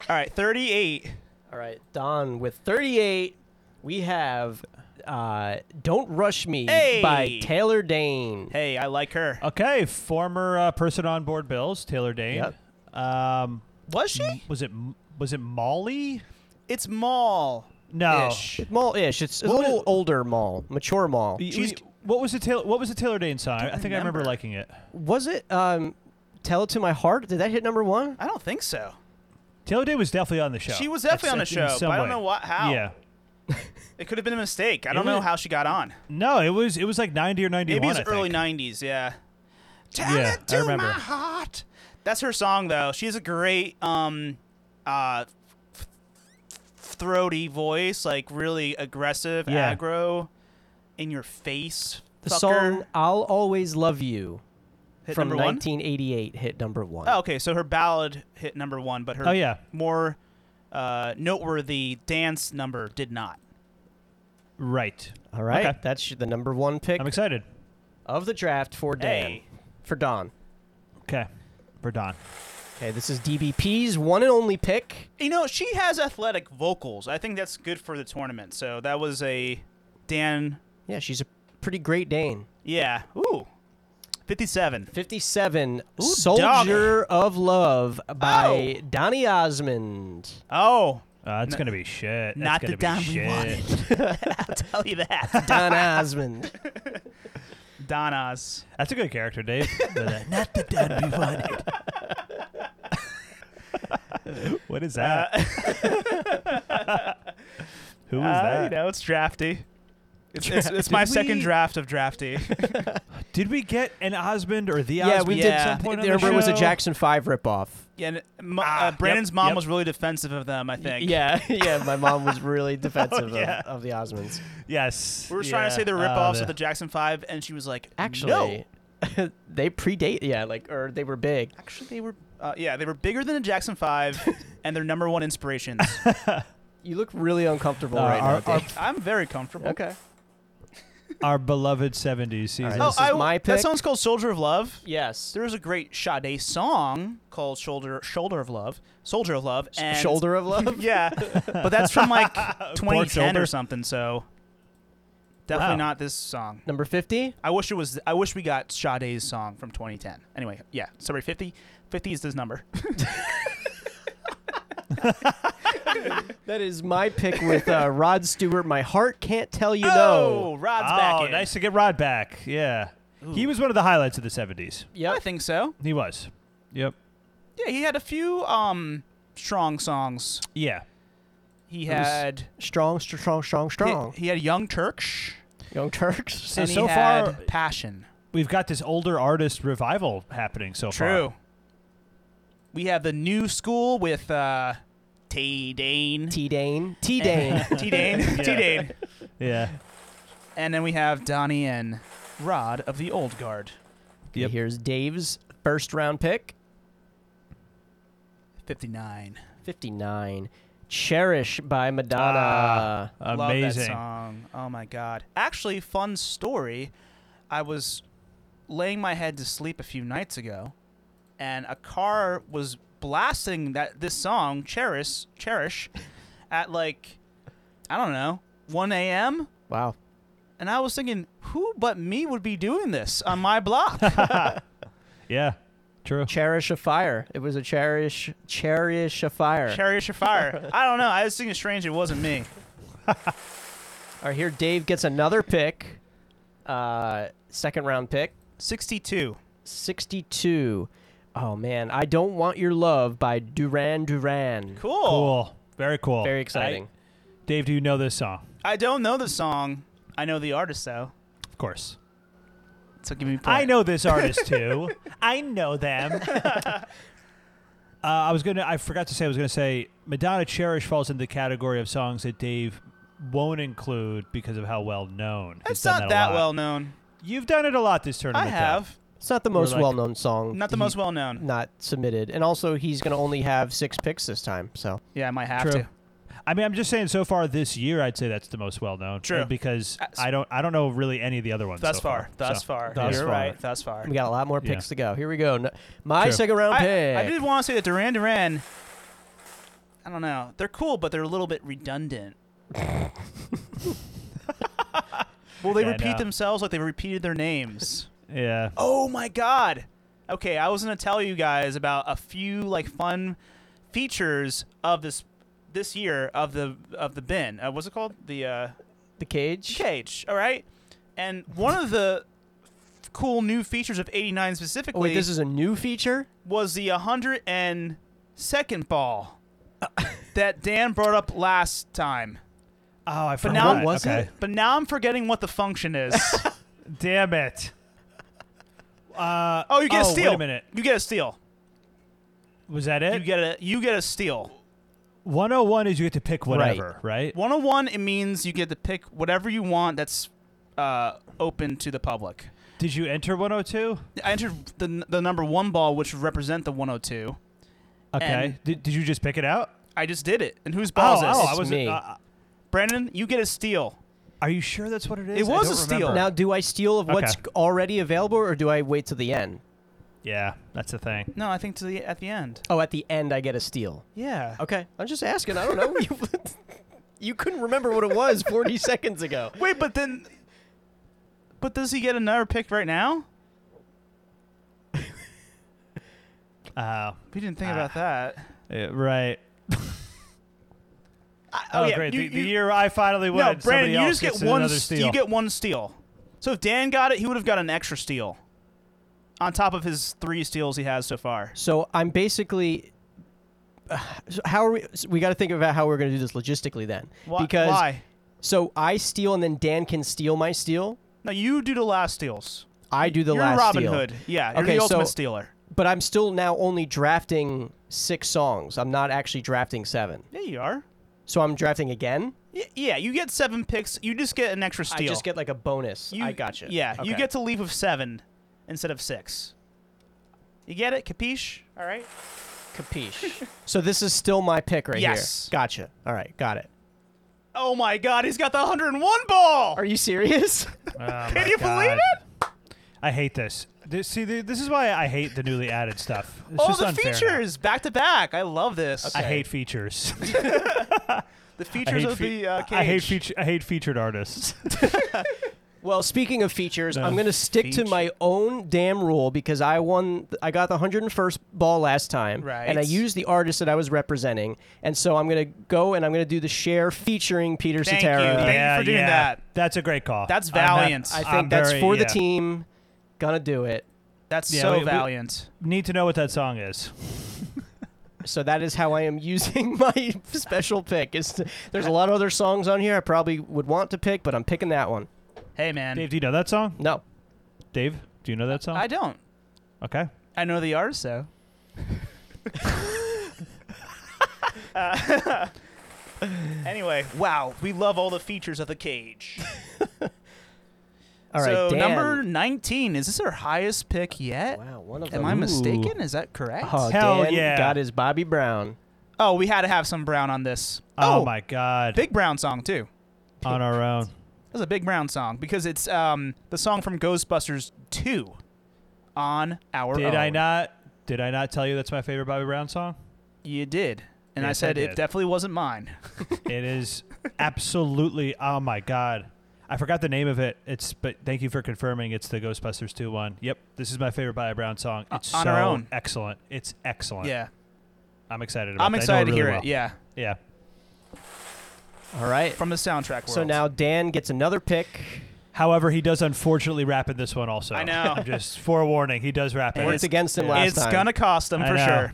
Speaker 3: right, 38.
Speaker 1: All right, Don with 38. We have uh, Don't Rush Me by
Speaker 3: Hey!
Speaker 1: Taylor Dane.
Speaker 3: Hey, I like her.
Speaker 2: okay, former uh, person on board Bills, Taylor Dane. Um,
Speaker 3: Was she?
Speaker 2: was it was it Molly?
Speaker 3: Mm-hmm. It's Maul.
Speaker 2: No.
Speaker 3: Ish.
Speaker 1: Mall ish. It's a
Speaker 2: What
Speaker 1: little
Speaker 2: was-
Speaker 1: older mall, mature mall.
Speaker 2: Y-
Speaker 3: She's-
Speaker 2: y- What was the Taylor? What was the Taylor Dane song? I think I remember
Speaker 3: remember.
Speaker 2: liking it.
Speaker 1: Was it um, Tell It to My Heart? Did that hit number one?
Speaker 3: I don't think so.
Speaker 2: Taylor Dane was definitely on the show.
Speaker 3: She was definitely on the
Speaker 2: That's- in
Speaker 3: show,
Speaker 2: some
Speaker 3: but I don't
Speaker 2: way.
Speaker 3: know what, how.
Speaker 2: Yeah.
Speaker 3: It could have been a mistake. I don't
Speaker 2: was-
Speaker 3: know how she got on.
Speaker 2: No, it was it was like ninety or ninety one.
Speaker 3: Maybe it's
Speaker 2: I think.
Speaker 3: early 90s, yeah. Tell
Speaker 2: Yeah,
Speaker 3: it
Speaker 2: I
Speaker 3: to
Speaker 2: remember.
Speaker 3: my heart. That's her song, though. She has a great, um, uh, th- throaty voice, like really aggressive,
Speaker 2: Yeah.
Speaker 3: aggro, in your face.
Speaker 1: The
Speaker 3: fucker.
Speaker 1: song I'll Always Love You
Speaker 3: Hit
Speaker 1: from
Speaker 3: number one?
Speaker 1: 1988 hit number one.
Speaker 3: Oh, okay. So her ballad hit number one, but her
Speaker 2: Oh, yeah.
Speaker 3: more uh, noteworthy dance number did not.
Speaker 2: Right.
Speaker 1: All right.
Speaker 2: Okay.
Speaker 1: That's the number one pick
Speaker 2: I'm excited.
Speaker 1: of the draft for Dan.
Speaker 3: Hey.
Speaker 1: For Don.
Speaker 2: Okay. For Don.
Speaker 1: Okay, this is DBP's one and only pick.
Speaker 3: You know, she has athletic vocals. I think that's good for the tournament. So that was a Dan.
Speaker 1: Yeah, she's a pretty great Dane.
Speaker 3: Yeah. Ooh. 57.
Speaker 1: 57
Speaker 3: Ooh,
Speaker 1: Soldier of Love by Donny Osmond.
Speaker 3: Oh,
Speaker 2: Uh, it's gonna be shit. That's
Speaker 3: not the
Speaker 2: gonna be
Speaker 3: Don we
Speaker 2: shit.
Speaker 3: wanted. I'll tell you that.
Speaker 1: Don Osmond.
Speaker 3: Donna's.
Speaker 2: That's a good character, Dave. But, uh, not the dad we wanted. what is that? Who is
Speaker 3: Uh,
Speaker 2: that?
Speaker 3: you know, it's drafty. It's, it's, it's
Speaker 2: Did
Speaker 3: my
Speaker 2: we-
Speaker 3: second draft of drafty.
Speaker 2: Did we get an Osmond or the
Speaker 1: yeah,
Speaker 2: Osmond?
Speaker 1: we
Speaker 3: Osmond.
Speaker 1: did
Speaker 3: Yeah.
Speaker 1: some point
Speaker 2: on
Speaker 1: There
Speaker 2: the
Speaker 1: was a
Speaker 2: show.
Speaker 1: Jackson 5 ripoff.
Speaker 3: yeah, and, m-
Speaker 2: Ah,
Speaker 3: uh, Brandon's
Speaker 2: yep,
Speaker 3: mom
Speaker 2: yep.
Speaker 3: was really defensive of them, I think.
Speaker 1: Yeah, yeah, my mom was really defensive
Speaker 2: yeah.
Speaker 1: of, of the Osmonds.
Speaker 2: Yes.
Speaker 3: We were trying to
Speaker 2: yeah,
Speaker 3: say the
Speaker 2: uh,
Speaker 3: ripoffs of the Jackson 5, and she was like, no.
Speaker 1: Actually, they predate, yeah, like, or they were big.
Speaker 3: Actually, they were, uh, yeah, they were bigger than the Jackson 5, and their number one inspirations.
Speaker 1: You look really uncomfortable
Speaker 2: Uh,
Speaker 1: right
Speaker 2: our-
Speaker 1: now.
Speaker 2: our-
Speaker 1: Dave.
Speaker 3: I'm very comfortable.
Speaker 1: okay.
Speaker 2: our beloved 70s season. Oh,
Speaker 1: All right, this is my
Speaker 3: Oh, That
Speaker 1: pick.
Speaker 3: song's called Soldier of Love.
Speaker 1: Yes.
Speaker 3: There was a great Sade song called Shoulder Shoulder of Love, Soldier of Love, and
Speaker 1: Shoulder of Love.
Speaker 3: Yeah, but that's from like 2010
Speaker 2: shoulder.
Speaker 3: or something. So definitely
Speaker 2: Wow.
Speaker 3: not this song.
Speaker 1: Number 50.
Speaker 3: I wish it was. I wish we got Sade's song from 2010. Anyway, yeah. Sorry, 50. 50 is this number.
Speaker 1: That is my pick with uh, Rod Stewart. My heart can't tell you
Speaker 3: oh,
Speaker 1: no.
Speaker 3: Rod's back.
Speaker 2: oh,
Speaker 3: in.
Speaker 2: nice to get Rod back. Yeah. He was one of the highlights of the 70s.
Speaker 3: I
Speaker 1: Yep.
Speaker 3: think so.
Speaker 2: He was. Yep.
Speaker 3: Yeah, he had a few um strong songs.
Speaker 2: Yeah.
Speaker 3: He
Speaker 1: It was
Speaker 3: had
Speaker 1: Strong, str- strong, strong,
Speaker 3: he-
Speaker 1: strong.
Speaker 3: He, had Young Turks.
Speaker 1: Young Turks.
Speaker 2: So,
Speaker 3: and
Speaker 2: so
Speaker 3: he
Speaker 2: far,
Speaker 3: had Passion.
Speaker 2: we've got this older artist revival happening so far.
Speaker 3: True. We have the new school with uh, T Dane.
Speaker 1: T Dane. T Dane.
Speaker 3: T Dane. T Dane.
Speaker 2: Yeah.
Speaker 3: And then we have Donnie and Rod of the Old Guard.
Speaker 2: Yep.
Speaker 1: Here's Dave's first round pick
Speaker 3: 59.
Speaker 1: 59. Cherish by Madonna.
Speaker 3: Love that
Speaker 2: Amazing.
Speaker 3: song. Oh my god. Actually, fun story. I was laying my head to sleep a few nights ago and a car was blasting that this song "Cherish" "Cherish" at like I don't know 1 a.m.
Speaker 1: Wow.
Speaker 3: and I was thinking, who but me would be doing this on my block?
Speaker 2: Yeah, true.
Speaker 1: Cherish a fire. It was a cherish, cherish a fire.
Speaker 3: Cherish your fire. I don't know. I was thinking strange. It wasn't me.
Speaker 1: All right, here Dave gets another pick, uh, second round pick,
Speaker 3: 62.
Speaker 1: 62. Oh man, I don't want your love by Duran Duran.
Speaker 3: Cool.
Speaker 2: Cool. Very cool.
Speaker 1: Very exciting.
Speaker 2: I- Dave, do you know this song?
Speaker 3: I don't know the song. I know the artist though.
Speaker 2: Of course.
Speaker 3: So give me. a point.
Speaker 2: I know this artist too. I know them. uh, I was gonna. I forgot to say. I was gonna say Madonna "Cherish" falls into the category of songs that Dave won't include because of how well known. He's
Speaker 3: It's
Speaker 2: done
Speaker 3: not that,
Speaker 2: a lot.
Speaker 3: well known.
Speaker 2: You've done it a lot this tournament.
Speaker 3: I
Speaker 2: though.
Speaker 3: have.
Speaker 1: It's not the most
Speaker 2: like-
Speaker 1: well-known song.
Speaker 3: Not the
Speaker 2: Mm-hmm.
Speaker 1: He-
Speaker 3: most well known.
Speaker 1: Not submitted, and also he's gonna only have six picks this time. So
Speaker 3: Yeah, I might have
Speaker 2: True.
Speaker 3: to.
Speaker 2: I mean, I'm just saying. So far this year, I'd say that's the most well known.
Speaker 3: True.
Speaker 2: Because
Speaker 3: That's-
Speaker 2: I don't. I don't know really any of the other ones.
Speaker 3: Thus
Speaker 2: so
Speaker 3: far. Thus
Speaker 2: So-
Speaker 3: far.
Speaker 2: thus
Speaker 3: You're
Speaker 2: far.
Speaker 3: right. Thus far.
Speaker 1: we got a lot more picks
Speaker 2: Yeah.
Speaker 1: to go. Here we go. N- My
Speaker 2: True.
Speaker 1: second round
Speaker 3: I,
Speaker 1: pick.
Speaker 3: I did want to say that Duran Duran. I don't know. They're cool, but they're a little bit redundant. well, they
Speaker 2: Yeah, I
Speaker 3: repeat
Speaker 2: know.
Speaker 3: themselves like they repeated their names.
Speaker 2: Yeah.
Speaker 3: Oh my god. Okay, I was going to tell you guys about a few like fun features of this this year of the of the bin. Uh, what's it called? The uh
Speaker 1: the cage.
Speaker 3: cage, all right? And one of the f- cool new features of 89
Speaker 1: Oh
Speaker 3: specifically
Speaker 1: wait, this is a new feature.
Speaker 3: was the 102nd ball that Dan brought up last time.
Speaker 2: Oh, I
Speaker 3: But
Speaker 2: forgot.
Speaker 3: now,
Speaker 1: What was
Speaker 2: okay.
Speaker 1: it?
Speaker 3: but now I'm forgetting what the function is.
Speaker 2: Damn it. Uh,
Speaker 3: oh, you get a steal.
Speaker 2: Wait a minute.
Speaker 3: You get a steal.
Speaker 2: Was that it?
Speaker 3: You get a you get a steal.
Speaker 2: 101 is you get to pick whatever, right?
Speaker 3: 101 it means you get to pick whatever you want that's uh, open to the public.
Speaker 2: Did you enter 102?
Speaker 3: I entered the the number 1 ball which would represent the 102.
Speaker 2: Okay.
Speaker 3: And-
Speaker 2: Did, did you just pick it out?
Speaker 3: I just did it. And whose ball is this?
Speaker 1: It's
Speaker 2: wasn't-
Speaker 1: me.
Speaker 2: uh,
Speaker 3: Brandon, you get a steal.
Speaker 2: are you sure that's what it is?
Speaker 3: It
Speaker 2: I
Speaker 3: was
Speaker 2: don't
Speaker 3: a steal.
Speaker 2: remember.
Speaker 1: Now, do I steal of what's
Speaker 2: Okay.
Speaker 1: already available, or do I wait till the end?
Speaker 2: yeah, that's the thing.
Speaker 3: No, I think to the at the end.
Speaker 1: Oh, at the end I get a steal.
Speaker 3: Yeah.
Speaker 1: Okay, I'm just asking. I don't know. you, you couldn't remember what it was 40 seconds ago.
Speaker 3: Wait, but then But does he get another pick right now?
Speaker 2: Uh,
Speaker 3: We didn't think
Speaker 2: Ah.
Speaker 3: about that.
Speaker 2: yeah, right.
Speaker 3: I-
Speaker 2: Oh,
Speaker 3: yeah,
Speaker 2: great.
Speaker 3: you-
Speaker 2: the, the
Speaker 3: you-
Speaker 2: year I finally win,
Speaker 3: No,
Speaker 2: somebody
Speaker 3: Brandon, you
Speaker 2: else
Speaker 3: just
Speaker 2: gets
Speaker 3: get one
Speaker 2: another
Speaker 3: st-
Speaker 2: steal.
Speaker 3: you get one steal. So if Dan got it, he would have got an extra steal on top of his 3 steals he has so far.
Speaker 1: So I'm basically. so how are we? so we got to think about how we're going to do this logistically then.
Speaker 3: Why?
Speaker 1: Because
Speaker 3: why?
Speaker 1: so I steal and then Dan can steal my steal.
Speaker 3: No, you do the last steals.
Speaker 1: I do the
Speaker 3: you're
Speaker 1: last
Speaker 3: Robin
Speaker 1: steal.
Speaker 3: Hood. Yeah, you're
Speaker 1: Okay,
Speaker 3: the
Speaker 1: so-
Speaker 3: ultimate stealer.
Speaker 1: But I'm still now only drafting six songs. I'm not actually drafting seven.
Speaker 3: Yeah, you are.
Speaker 1: So I'm drafting again.
Speaker 3: Y- Yeah, you get seven picks. You just get an extra steal.
Speaker 1: I just get like a bonus.
Speaker 3: You,
Speaker 1: I gotcha.
Speaker 3: Yeah, you
Speaker 1: Okay.
Speaker 3: get to leave with seven instead of six. You get it? Capiche? All right.
Speaker 1: capiche. so this is still my pick right
Speaker 3: Yes.
Speaker 1: here. Gotcha. All right, got it.
Speaker 3: Oh my God, he's got the 101 ball.
Speaker 1: Are you serious?
Speaker 2: Can
Speaker 3: you believe
Speaker 2: it? Oh, I hate this. this see, th- this is why I hate the newly added stuff. It's
Speaker 3: All
Speaker 2: just
Speaker 3: Oh, the
Speaker 2: unfair now.
Speaker 3: features back to back. I love this.
Speaker 2: I hate features.
Speaker 3: the features of
Speaker 2: fe-
Speaker 3: the uh, cage.
Speaker 2: I hate feature. I hate featured artists.
Speaker 1: Well, speaking of features, I'm
Speaker 2: No.
Speaker 1: going to stick to
Speaker 3: Feature.
Speaker 1: my own damn rule because I won. I got the 101st ball last time, and I
Speaker 3: Right.
Speaker 1: used the artist that I was representing, and so I'm going to go and I'm going to do the share featuring Peter
Speaker 3: Thank you.
Speaker 1: Cetera.
Speaker 3: Thank- for doing that.
Speaker 2: That's a great call.
Speaker 3: That's
Speaker 2: I'm hap-
Speaker 3: valiant.
Speaker 1: I
Speaker 3: I
Speaker 1: think
Speaker 2: I'm
Speaker 1: that's
Speaker 2: very-
Speaker 1: for
Speaker 2: yeah.
Speaker 1: the team. Gonna do it.
Speaker 3: That's
Speaker 2: Yeah,
Speaker 3: so
Speaker 2: we- we-
Speaker 3: valiant.
Speaker 2: Need to know what that song is.
Speaker 1: So that is how I am using my special pick. Is to- there's a lot of other songs on here I probably would want to pick, but I'm picking that one.
Speaker 3: hey man,
Speaker 2: Dave, do you know that song?
Speaker 1: No,
Speaker 2: Dave, do you know that song?
Speaker 3: I don't.
Speaker 2: okay.
Speaker 3: I know the artist though. Uh, anyway, wow, we love all the features of the cage.
Speaker 1: all right.
Speaker 3: so
Speaker 1: Dan.
Speaker 3: number 19 is this our highest pick yet?
Speaker 1: Wow, one of
Speaker 3: Am
Speaker 1: them.
Speaker 3: I
Speaker 2: Ooh.
Speaker 3: mistaken? Is that correct?
Speaker 1: Oh,
Speaker 2: Hell
Speaker 1: Dan
Speaker 2: yeah.
Speaker 1: got his Bobby Brown.
Speaker 3: Oh, we had to have some Brown on this.
Speaker 2: Oh, my God.
Speaker 3: Big Brown song too.
Speaker 2: On our own.
Speaker 3: That's a Big Brown song because it's um the song from Ghostbusters 2 on our
Speaker 2: Did I
Speaker 3: Own.
Speaker 2: not Did I not tell you that's my favorite Bobby Brown song?
Speaker 3: You did. And I
Speaker 2: Yes, I
Speaker 3: said
Speaker 2: did.
Speaker 3: it definitely wasn't mine.
Speaker 2: It is absolutely. Oh my god, I forgot the name of it. It's but thank you for confirming. It's the Ghostbusters two one. Yep, this is my favorite Bobby Brown song.
Speaker 3: Uh,
Speaker 2: It's
Speaker 3: on
Speaker 2: so
Speaker 3: our own.
Speaker 2: excellent. It's excellent.
Speaker 3: Yeah.
Speaker 2: I'm excited. About
Speaker 3: I'm
Speaker 2: it. I know
Speaker 3: excited to
Speaker 2: really
Speaker 3: hear
Speaker 2: well.
Speaker 3: it. Yeah.
Speaker 2: yeah.
Speaker 1: All right.
Speaker 3: From the soundtrack world.
Speaker 1: So now Dan gets another pick.
Speaker 2: However, he does unfortunately rap in this one also.
Speaker 3: I know.
Speaker 2: I'm just forewarning. He does rap in
Speaker 1: Worked
Speaker 2: it.
Speaker 1: against him
Speaker 2: yeah.
Speaker 1: last
Speaker 3: it's
Speaker 1: time.
Speaker 3: gonna cost them
Speaker 2: I
Speaker 3: for
Speaker 2: know.
Speaker 3: sure.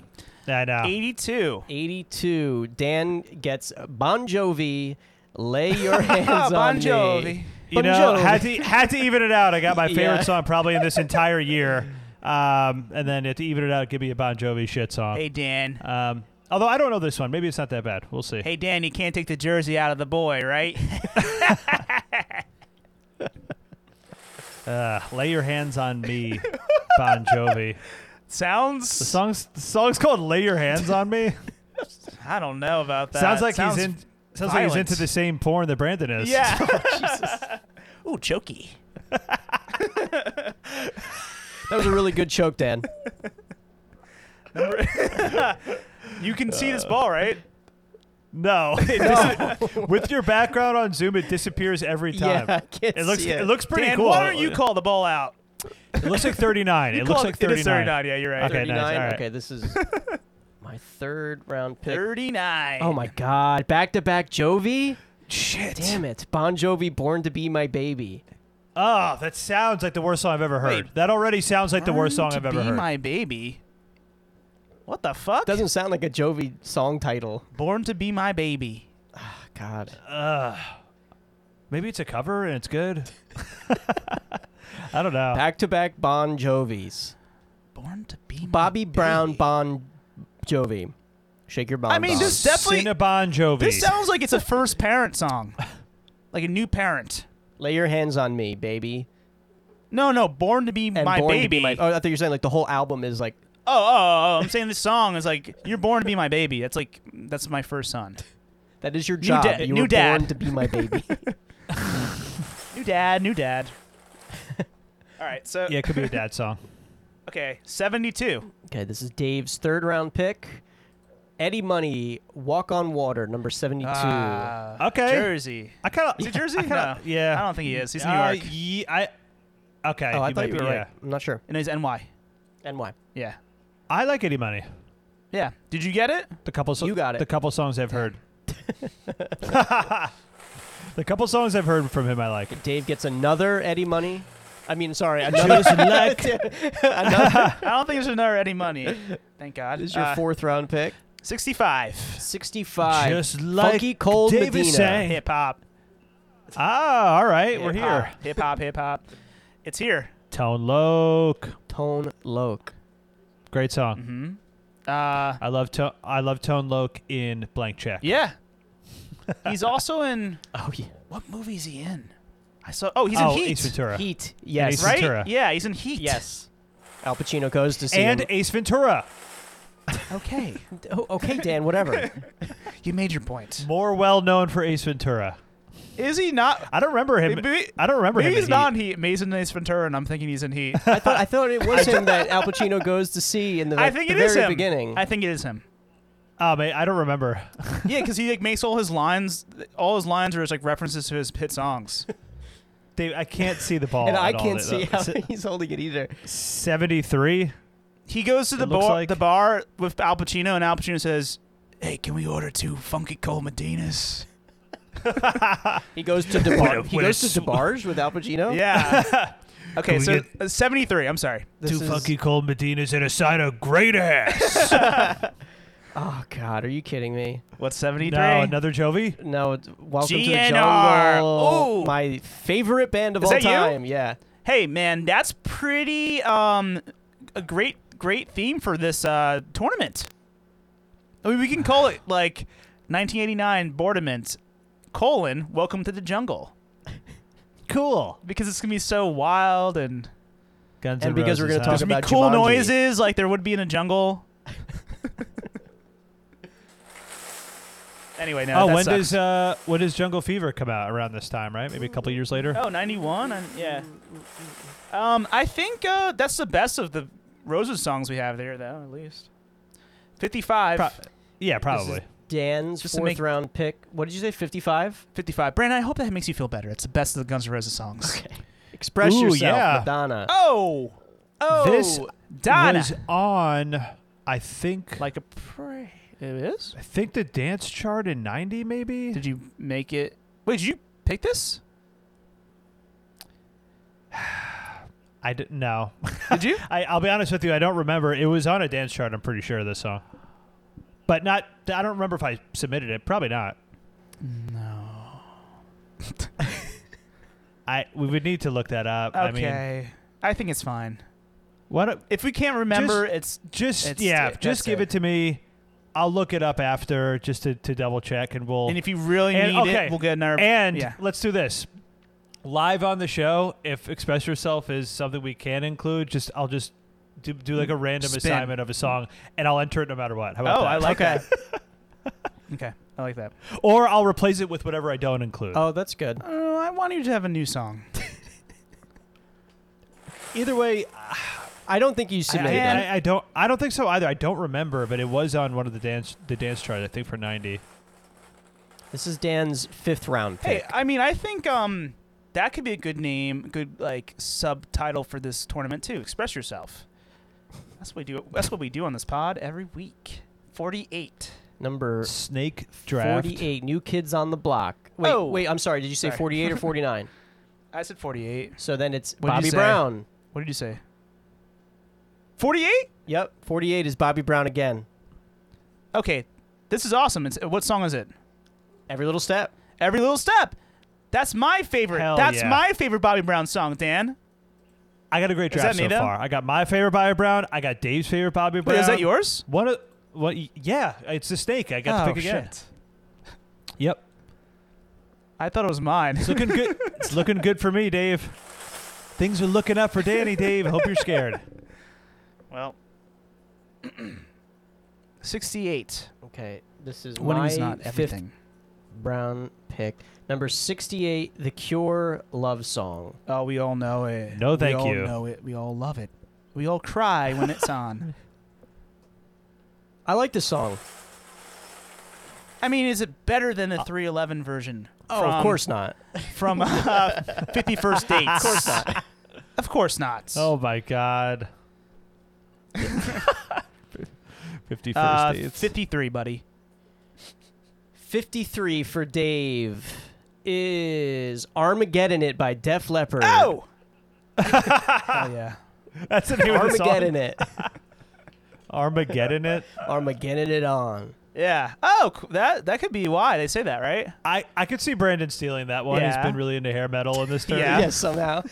Speaker 2: I know.
Speaker 3: 82.
Speaker 1: 82. Dan gets Bon Jovi. Lay your hands on
Speaker 3: bon
Speaker 1: me.
Speaker 3: Jovi.
Speaker 2: You
Speaker 1: Bon
Speaker 2: know,
Speaker 1: Jovi.
Speaker 2: had to had to even it out. I got my favorite
Speaker 1: Yeah.
Speaker 2: song probably in this entire year. Um, and then to even it out, give me a Bon Jovi shit song.
Speaker 3: Hey Dan.
Speaker 2: Um, although I don't know this one. Maybe it's not that bad. We'll see.
Speaker 3: Hey Dan, you can't take the jersey out of the boy, right?
Speaker 2: Uh, lay your hands on me, Bon Jovi. The
Speaker 3: Sounds
Speaker 2: song's the song's called "Lay Your Hands on Me."
Speaker 3: I don't know about that.
Speaker 2: sounds like
Speaker 3: Sounds-
Speaker 2: he's in. Sounds like he's
Speaker 3: violent.
Speaker 2: into the same porn that Brandon is.
Speaker 3: Yeah. Ooh, choky.
Speaker 1: That was a really good choke, Dan.
Speaker 3: You can see
Speaker 2: Uh,
Speaker 3: this ball, right?
Speaker 2: No. It dis- With your background on Zoom, it disappears every time.
Speaker 1: Yeah, I can't
Speaker 2: it looks
Speaker 1: see it.
Speaker 2: looks pretty
Speaker 3: Dan,
Speaker 2: cool.
Speaker 3: why don't you call the ball out?
Speaker 2: It looks like 39.
Speaker 3: You
Speaker 2: it looks
Speaker 3: called-
Speaker 2: like
Speaker 3: It
Speaker 2: 39.
Speaker 3: is 39. Yeah, you're right.
Speaker 2: Okay, nice.
Speaker 1: 39.
Speaker 2: All right.
Speaker 1: Okay, this is my third round pick.
Speaker 3: 39.
Speaker 1: Oh my God! Back to back Jovi.
Speaker 3: shit.
Speaker 1: Damn it! Bon Jovi, "Born to Be My Baby."
Speaker 2: Oh, that sounds like the worst song I've ever heard.
Speaker 3: Wait.
Speaker 2: that already sounds like the worst
Speaker 3: Born
Speaker 2: song
Speaker 3: to
Speaker 2: I've ever
Speaker 3: be
Speaker 2: heard.
Speaker 3: my baby. What the fuck?
Speaker 1: Doesn't sound like a Jovi song title.
Speaker 3: Born to be my baby.
Speaker 1: God.
Speaker 2: Ugh. Maybe it's a cover and it's good. I don't know.
Speaker 1: Back to back Bon Jovis.
Speaker 3: Born to be my
Speaker 1: Bobby Brown
Speaker 3: baby.
Speaker 1: Bon Jovi. Shake your bon.
Speaker 3: I mean,
Speaker 1: bon.
Speaker 3: this definitely-
Speaker 2: Cinnabon Jovi.
Speaker 3: This sounds like it's a first parent song, like a new parent.
Speaker 1: lay your hands on me, baby.
Speaker 3: No, no, born to be
Speaker 1: And
Speaker 3: my
Speaker 1: Born
Speaker 3: baby.
Speaker 1: to Be My- oh, I thought you were saying like the whole album is like
Speaker 3: oh, oh, oh, I'm saying this song is like you're born to be my baby. That's like that's my first son.
Speaker 1: that is your
Speaker 3: New
Speaker 1: job.
Speaker 3: da-
Speaker 1: you
Speaker 3: new
Speaker 1: were born
Speaker 3: dad.
Speaker 1: to be my baby.
Speaker 3: New dad, new dad. All right, so
Speaker 2: yeah, it could be a dad song.
Speaker 3: okay, 72.
Speaker 1: okay, this is Dave's third round pick. Eddie Money, Walk on Water, number seventy-two.
Speaker 3: Ah,
Speaker 2: Okay.
Speaker 3: Jersey.
Speaker 2: I kind of.
Speaker 3: Is it Jersey?
Speaker 2: I kinda,
Speaker 3: No.
Speaker 2: Yeah.
Speaker 3: I don't think he is. He's in New
Speaker 2: Uh,
Speaker 3: York.
Speaker 2: ye- I, okay.
Speaker 1: oh, I
Speaker 2: he
Speaker 1: thought
Speaker 2: might
Speaker 1: you
Speaker 2: be,
Speaker 1: were
Speaker 2: yeah.
Speaker 1: right. I'm not sure.
Speaker 3: and he's NY.
Speaker 1: And why?
Speaker 3: Yeah.
Speaker 2: I like Eddie Money.
Speaker 3: Yeah. Did you get it?
Speaker 2: The couple so-
Speaker 1: You got it.
Speaker 2: The couple songs I've heard. the couple songs I've heard from him, I like.
Speaker 1: Dave gets another Eddie Money. I mean, sorry, another.
Speaker 2: Just like
Speaker 1: another
Speaker 3: I don't think there's another Eddie Money. Thank God.
Speaker 1: this is your
Speaker 3: Uh,
Speaker 1: fourth round pick.
Speaker 3: 65.
Speaker 1: Sixty-five.
Speaker 2: Just like
Speaker 1: Funky Cold
Speaker 2: David
Speaker 1: Medina.
Speaker 2: sang.
Speaker 3: Hip hop.
Speaker 2: Ah, all right, we're
Speaker 3: hip
Speaker 2: here.
Speaker 3: hop, Hip hop, hip hop. It's here.
Speaker 2: Tone Loc,
Speaker 1: Tone Loc.
Speaker 2: great song.
Speaker 3: Mm-hmm. Uh,
Speaker 2: I love Tone. I love Tone Loc in Blank Check.
Speaker 3: yeah. He's also in.
Speaker 1: Oh yeah.
Speaker 3: What movie is he in? I saw. Oh, he's
Speaker 2: oh,
Speaker 3: in Heat.
Speaker 2: Ace Ventura.
Speaker 1: Heat. Yes.
Speaker 2: Ace
Speaker 3: right?
Speaker 2: Ventura.
Speaker 3: Yeah, he's in Heat.
Speaker 1: Yes. Al Pacino goes to see
Speaker 2: And
Speaker 1: him.
Speaker 2: Ace Ventura.
Speaker 3: Okay.
Speaker 1: Oh, okay, Dan. Whatever.
Speaker 3: You made your point.
Speaker 2: More well known for Ace Ventura.
Speaker 3: Is he not?
Speaker 2: I don't remember him.
Speaker 3: Maybe-
Speaker 2: I don't remember him.
Speaker 3: Maybe
Speaker 2: in
Speaker 3: he's not in Heat. Maybe he's in Ace Ventura, and I'm thinking he's in Heat.
Speaker 1: I thought I thought it was him that Al Pacino goes to see in the,
Speaker 3: I think
Speaker 1: the
Speaker 3: it
Speaker 1: very
Speaker 3: is him.
Speaker 1: beginning.
Speaker 3: I think it is him.
Speaker 2: Heat. Oh, man, I don't remember.
Speaker 3: Yeah, because he like makes all his lines. All his lines are just like references to his hit songs.
Speaker 2: Dave, Oh, I can't see the ball.
Speaker 1: and I
Speaker 2: at all.
Speaker 1: can't see how
Speaker 2: Se-
Speaker 1: he's holding it either.
Speaker 2: 73.
Speaker 3: He goes to the
Speaker 2: looks
Speaker 3: bar,
Speaker 2: like-
Speaker 3: the bar with Al Pacino, and Al Pacino says, "Hey, can we order two funky cold Medinas?"
Speaker 1: He goes to DeBarge.
Speaker 2: With a-
Speaker 1: he
Speaker 2: with a
Speaker 1: goes to
Speaker 2: sw-
Speaker 1: DeBarge with Al
Speaker 2: Oh.
Speaker 1: Pacino.
Speaker 3: Yeah. okay,
Speaker 2: Can we
Speaker 3: so
Speaker 2: get-
Speaker 3: uh, seventy-three. I'm sorry.
Speaker 1: This
Speaker 2: Two
Speaker 1: is-
Speaker 2: funky cold Medinas and a side of great ass.
Speaker 1: Oh God, are you kidding me?
Speaker 3: What's seventy-three?
Speaker 2: no, another Jovi?
Speaker 1: No, it's- welcome to the
Speaker 3: GNR.
Speaker 1: jungle.
Speaker 3: Ooh.
Speaker 1: My favorite band of
Speaker 3: Is
Speaker 1: all
Speaker 3: that you?
Speaker 1: time. Yeah.
Speaker 3: hey, man, that's pretty. Um, a great, great theme for this uh tournament. I mean, we can call it like 1989 Boardament colon Welcome to the Jungle
Speaker 2: Cool.
Speaker 3: because it's gonna be so wild and
Speaker 2: Guns
Speaker 1: And because we're
Speaker 2: going
Speaker 1: gonna
Speaker 2: to
Speaker 1: talk
Speaker 3: There's gonna
Speaker 1: about
Speaker 3: be cool
Speaker 1: Jumanji.
Speaker 3: noises like there would be in a jungle. anyway, no.
Speaker 2: Oh,
Speaker 3: that
Speaker 2: when
Speaker 3: sucks.
Speaker 2: does uh, when does Jungle Fever come out? Around this time, right? Maybe a couple years later.
Speaker 3: Oh, 91? I'm- yeah. Um, I think uh, that's the best of the Rose's songs we have there, though, at least. 55.
Speaker 2: Pro- yeah, probably.
Speaker 1: Dan's
Speaker 3: Just to
Speaker 1: fourth
Speaker 3: make-
Speaker 1: round pick. What did you say? Fifty-five.
Speaker 3: 55. Brandon, I hope that makes you feel better. It's the best of the Guns N' Roses songs.
Speaker 1: Express
Speaker 2: Ooh,
Speaker 1: yourself,
Speaker 2: yeah.
Speaker 1: Madonna.
Speaker 3: Oh! Oh!
Speaker 2: This
Speaker 3: Donna.
Speaker 2: Was on, I think.
Speaker 3: like a prey. It is?
Speaker 2: I think the dance chart in '90, maybe.
Speaker 3: Did you make it? Wait, did you pick this?
Speaker 2: I didn't know.
Speaker 3: Did you?
Speaker 2: I, I'll be honest with you. I don't remember. It was on a dance chart. I'm pretty sure this song, but not. I don't remember if I submitted it. Probably not.
Speaker 3: no.
Speaker 2: I we would need to look that up. I mean,
Speaker 3: Okay. I think it's fine.
Speaker 2: why don't
Speaker 3: If we can't remember, it's
Speaker 2: just
Speaker 3: It's-
Speaker 2: yeah,
Speaker 3: it-
Speaker 2: just
Speaker 3: that's
Speaker 2: give
Speaker 3: it.
Speaker 2: it. to me. I'll look it up after just to, to double check, and we'll
Speaker 3: and if you really
Speaker 2: And-
Speaker 3: need
Speaker 2: okay.
Speaker 3: it, we'll get another.
Speaker 2: And
Speaker 3: yeah.
Speaker 2: let's do this. Live on the show, if Express Yourself is something we can include, just I'll just do, do like a random
Speaker 3: Spin.
Speaker 2: assignment of a song and I'll enter it no matter what. How
Speaker 3: oh,
Speaker 2: about
Speaker 3: I
Speaker 2: that?
Speaker 3: like that. okay, I like that.
Speaker 2: Or I'll replace it with whatever I don't include.
Speaker 1: Oh, that's good.
Speaker 3: Oh, I want you to have a new song.
Speaker 1: Either way, I don't think you
Speaker 2: I,
Speaker 1: submitted
Speaker 3: and-
Speaker 1: that.
Speaker 2: I, I don't I don't think so either. I don't remember, but it was on one of the dance the dance chart, I think for 90.
Speaker 1: This is Dan's fifth round pick.
Speaker 3: Hey, I mean, I think um that could be a good name, good like subtitle for this tournament too. Express yourself. That's what we do. That's what we do on this pod every week. Forty-eight.
Speaker 1: Number
Speaker 2: Snake draft.
Speaker 1: 48, New Kids on the Block. Wait,
Speaker 3: Oh.
Speaker 1: wait, I'm sorry. Did you say
Speaker 3: Sorry.
Speaker 1: 48 or 49?
Speaker 3: I said forty-eight.
Speaker 1: So then it's
Speaker 3: What'd you
Speaker 1: Bobby
Speaker 3: say?
Speaker 1: Brown.
Speaker 3: What did you say? Forty-eight.
Speaker 1: Yep, 48 is Bobby Brown again.
Speaker 3: Okay, this is awesome. It's what song is it?
Speaker 1: Every little step.
Speaker 3: Every little step. That's my favorite.
Speaker 2: Hell
Speaker 3: That's
Speaker 2: yeah.
Speaker 3: my favorite Bobby Brown song, Dan.
Speaker 2: I got a great
Speaker 3: Is
Speaker 2: draft
Speaker 3: that me
Speaker 2: so
Speaker 3: then?
Speaker 2: far. I got my favorite Bobby Brown. I got Dave's favorite Bobby Brown.
Speaker 3: Wait, is that yours?
Speaker 2: What? A, what? Yeah, it's the snake. I got to
Speaker 3: Oh,
Speaker 2: pick again.
Speaker 3: shit.
Speaker 2: Yep.
Speaker 3: I thought it was mine.
Speaker 2: It's looking good. It's looking good for me, Dave. Things are looking up for Danny, Dave. Hope you're scared.
Speaker 3: Well, 68.
Speaker 1: Okay, this is
Speaker 3: Winning
Speaker 1: my
Speaker 3: is not
Speaker 1: fifth
Speaker 3: everything.
Speaker 1: Brown pick. Number 68, The Cure Love Song.
Speaker 3: Oh, we all know it.
Speaker 2: No, thank
Speaker 3: we
Speaker 2: you.
Speaker 3: all know it. We all love it. We all cry when it's on.
Speaker 1: I like this song.
Speaker 3: I mean, is it better than the 311 version? from,
Speaker 1: of course not.
Speaker 3: From uh, 51st Dates. Oh, Of course not. of course not.
Speaker 2: Oh my God. Fifty first
Speaker 3: Uh,
Speaker 2: dates.
Speaker 3: 53, buddy.
Speaker 1: 53 for Dave is Armageddon It by Def Leppard.
Speaker 3: Oh! oh, yeah.
Speaker 2: That's the name of the song.
Speaker 1: Armageddon It.
Speaker 2: Armageddon. It.
Speaker 1: Armageddon It on.
Speaker 3: Yeah. Oh, c- that that could be why they say that, right?
Speaker 2: I I could see Brandon stealing that one. He's
Speaker 3: Yeah.
Speaker 2: been really into hair metal in this turn.
Speaker 3: Yeah.
Speaker 1: Yes, somehow.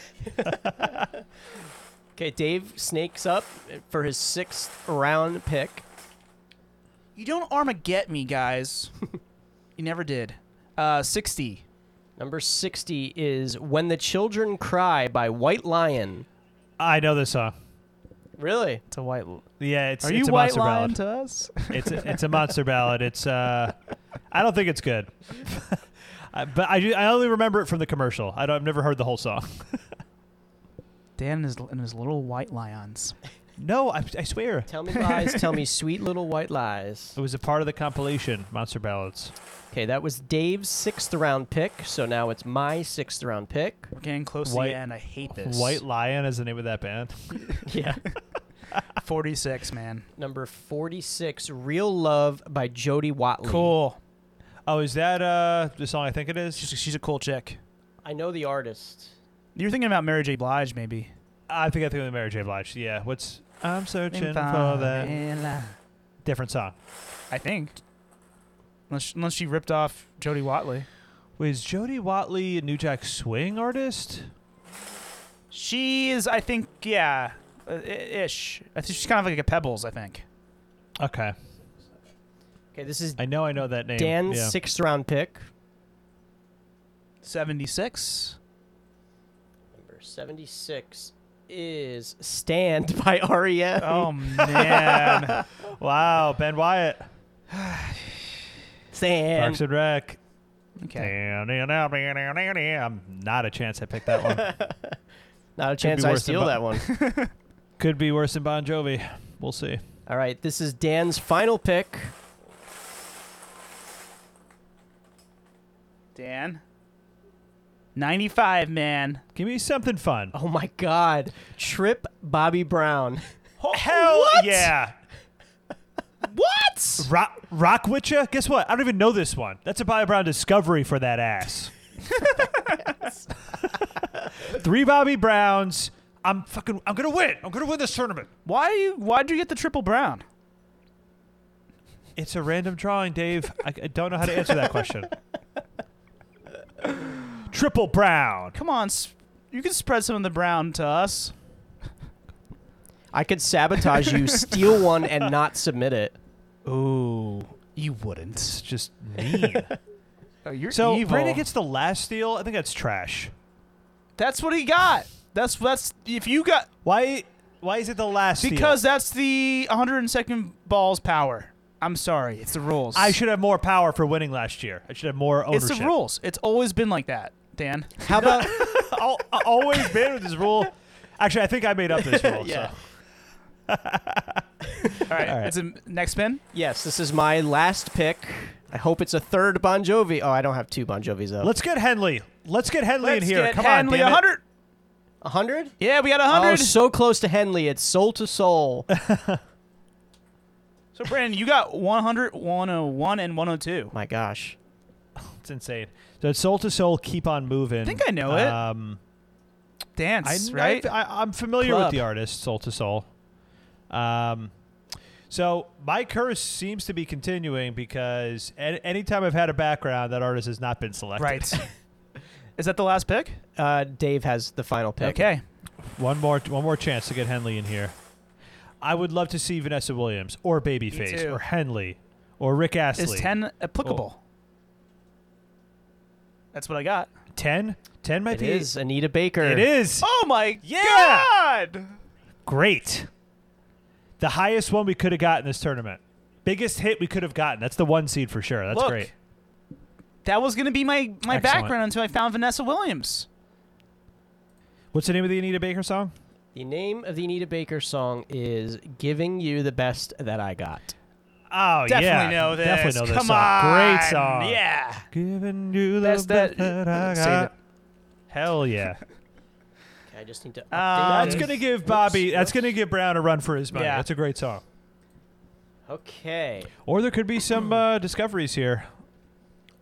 Speaker 1: okay, Dave snakes up for his sixth round pick.
Speaker 3: You don't Armageddon me, guys. you never did. Uh, 60.
Speaker 1: Number 60 is When the Children Cry by White Lion.
Speaker 2: I know this song.
Speaker 1: Really?
Speaker 3: It's a white. Are
Speaker 2: Yeah, it's
Speaker 3: you
Speaker 2: it's a
Speaker 3: white
Speaker 2: monster
Speaker 3: lying
Speaker 2: ballad.
Speaker 3: to us?
Speaker 2: It's a, it's a monster ballad. It's uh, I don't think it's good, I, but I, ju- I only remember it from the commercial. I don't, I've never heard the whole song.
Speaker 3: Dan and his, and his little white lions.
Speaker 2: No, I, I swear
Speaker 1: Tell me lies, tell me sweet little white lies.
Speaker 2: it was a part of the compilation Monster Ballads.
Speaker 1: Okay, that was Dave's sixth round pick, so now it's my sixth round pick.
Speaker 3: We're getting close
Speaker 2: White-
Speaker 3: to the end. I hate this.
Speaker 2: White Lion is the name of that band.
Speaker 1: Yeah.
Speaker 3: 46, Ah, man.
Speaker 1: Number 46, Real Love by Jody Watley.
Speaker 3: Cool.
Speaker 2: Oh, is that uh the song? I think it is.
Speaker 3: She's, she's a cool chick.
Speaker 1: I know the artist.
Speaker 3: You're thinking about Mary J. Blige, maybe.
Speaker 2: I think I think of the Mary J. Blige. Yeah, what's I'm searching for that
Speaker 3: I
Speaker 2: different song.
Speaker 3: think. Unless, unless she ripped off Jodie Watley.
Speaker 2: Wait, is Jody Watley a New Jack Swing artist?
Speaker 3: She is, I think, yeah, uh, i- ish. I think she's kind of like a Pebbles, I think.
Speaker 2: Okay,
Speaker 1: Okay, this is
Speaker 2: I know I know that name.
Speaker 1: Dan's
Speaker 2: yeah.
Speaker 1: sixth round pick.
Speaker 3: 76.
Speaker 1: Number 76 is Stand by E REM.
Speaker 3: Oh, man.
Speaker 2: Wow, Ben Wyatt,
Speaker 1: Stand.
Speaker 2: Parks and Rec.
Speaker 3: okay.
Speaker 2: I'm not a chance I picked that one.
Speaker 1: Not a chance
Speaker 2: be
Speaker 1: I
Speaker 2: worse than
Speaker 1: steal
Speaker 2: Bu-
Speaker 1: that one.
Speaker 2: Could be worse than Bon Jovi. We'll see.
Speaker 1: All right, this is Dan's final pick.
Speaker 3: Dan. 95, man.
Speaker 2: Give me something fun.
Speaker 1: Oh my God, Trip Bobby Brown.
Speaker 2: Hell
Speaker 3: what?
Speaker 2: yeah.
Speaker 3: What?
Speaker 2: Rock, rock with ya? Guess what? I don't even know this one. That's a Bobby Brown discovery for that ass. Three Bobby Browns. I'm fucking. I'm gonna win. I'm gonna win this tournament.
Speaker 3: Why you why'd you get the triple brown?
Speaker 2: It's a random drawing, Dave. I, I don't know how to answer that question. Triple Brown.
Speaker 3: Come on, sp- you can spread some of the brown to us.
Speaker 1: I could sabotage you, steal one, and not submit it.
Speaker 3: Ooh, you
Speaker 2: It's
Speaker 3: wouldn't.
Speaker 2: just mean.
Speaker 3: Oh, you're
Speaker 2: so
Speaker 3: evil.
Speaker 2: Brandon gets the last steal. I think that's trash.
Speaker 3: that's what he got. That's that's if you got
Speaker 2: Why? Why is it the last? steal?
Speaker 3: because that's the 102nd ball's power. I'm sorry, it's the rules.
Speaker 2: I should have more power for winning last year. I should have more
Speaker 3: It's
Speaker 2: ownership.
Speaker 3: the rules. It's always been like that, Dan.
Speaker 1: How about
Speaker 2: I'll, I'll uh, always been with this rule. Actually, I think I made up this rule.
Speaker 1: Yeah.
Speaker 2: So.
Speaker 3: All right,
Speaker 2: All right.
Speaker 3: it's a next spin.
Speaker 1: yes? This is my last pick. I hope it's a third Bon Jovi. Oh, I don't have two Bon Jovis though.
Speaker 2: Let's get Henley. Let's get Henley
Speaker 3: Let's
Speaker 2: in here.
Speaker 3: get
Speaker 2: Come
Speaker 3: Hanley
Speaker 2: on, damn it.
Speaker 3: 100.
Speaker 1: A hundred.
Speaker 3: Yeah, we got
Speaker 1: Oh,
Speaker 3: 100.
Speaker 1: so close to Henley. It's soul to soul.
Speaker 3: So Brandon, you got 100, 101, and 102.
Speaker 1: My gosh.
Speaker 2: It's insane. So it's soul to soul. Keep on moving. I
Speaker 3: think I know it.
Speaker 2: Um, I,
Speaker 3: Dance,
Speaker 2: I-
Speaker 3: right?
Speaker 2: I, am familiar
Speaker 1: Club.
Speaker 2: with the artist Soul to Soul. Um, so my curse seems to be continuing because at any time I've had a background, that artist has not been selected.
Speaker 3: right. Is that the last pick?
Speaker 1: Uh, Dave has the final pick.
Speaker 3: Okay.
Speaker 2: One more, one more chance to get Henley in here. I would love to see Vanessa Williams or Babyface
Speaker 3: too.
Speaker 2: or Henley or Rick Astley.
Speaker 3: Is 10 applicable?
Speaker 2: Oh.
Speaker 3: That's what I got.
Speaker 2: 10? 10 might
Speaker 1: It
Speaker 2: be.
Speaker 1: is Anita Baker.
Speaker 2: It is.
Speaker 3: Oh my
Speaker 2: Yeah!
Speaker 3: god!
Speaker 2: Great. The highest one we could have gotten this tournament. Biggest hit we could have gotten. That's the one seed for sure. That's
Speaker 3: Look.
Speaker 2: great.
Speaker 3: That was going to be my, my
Speaker 2: Excellent.
Speaker 3: background until I found Vanessa Williams.
Speaker 2: What's the name of the Anita Baker song?
Speaker 1: The name of the Anita Baker song is "Giving You the Best That I Got."
Speaker 2: Oh
Speaker 3: Definitely
Speaker 2: yeah,
Speaker 3: know this.
Speaker 2: Definitely know this
Speaker 3: Come
Speaker 2: song.
Speaker 3: on.
Speaker 2: Great song.
Speaker 3: Yeah.
Speaker 2: Giving you the
Speaker 3: That's
Speaker 2: best
Speaker 3: that-
Speaker 2: that, I
Speaker 3: say
Speaker 2: got. Hell yeah.
Speaker 1: Okay, I just need to.
Speaker 3: Uh,
Speaker 1: update
Speaker 2: Ah, that's
Speaker 1: this.
Speaker 2: gonna give Bobby.
Speaker 1: Whoops,
Speaker 2: That's gonna give Brown a run for his money.
Speaker 3: Yeah.
Speaker 2: That's a great song.
Speaker 1: Okay.
Speaker 2: Or there could be some uh, discoveries here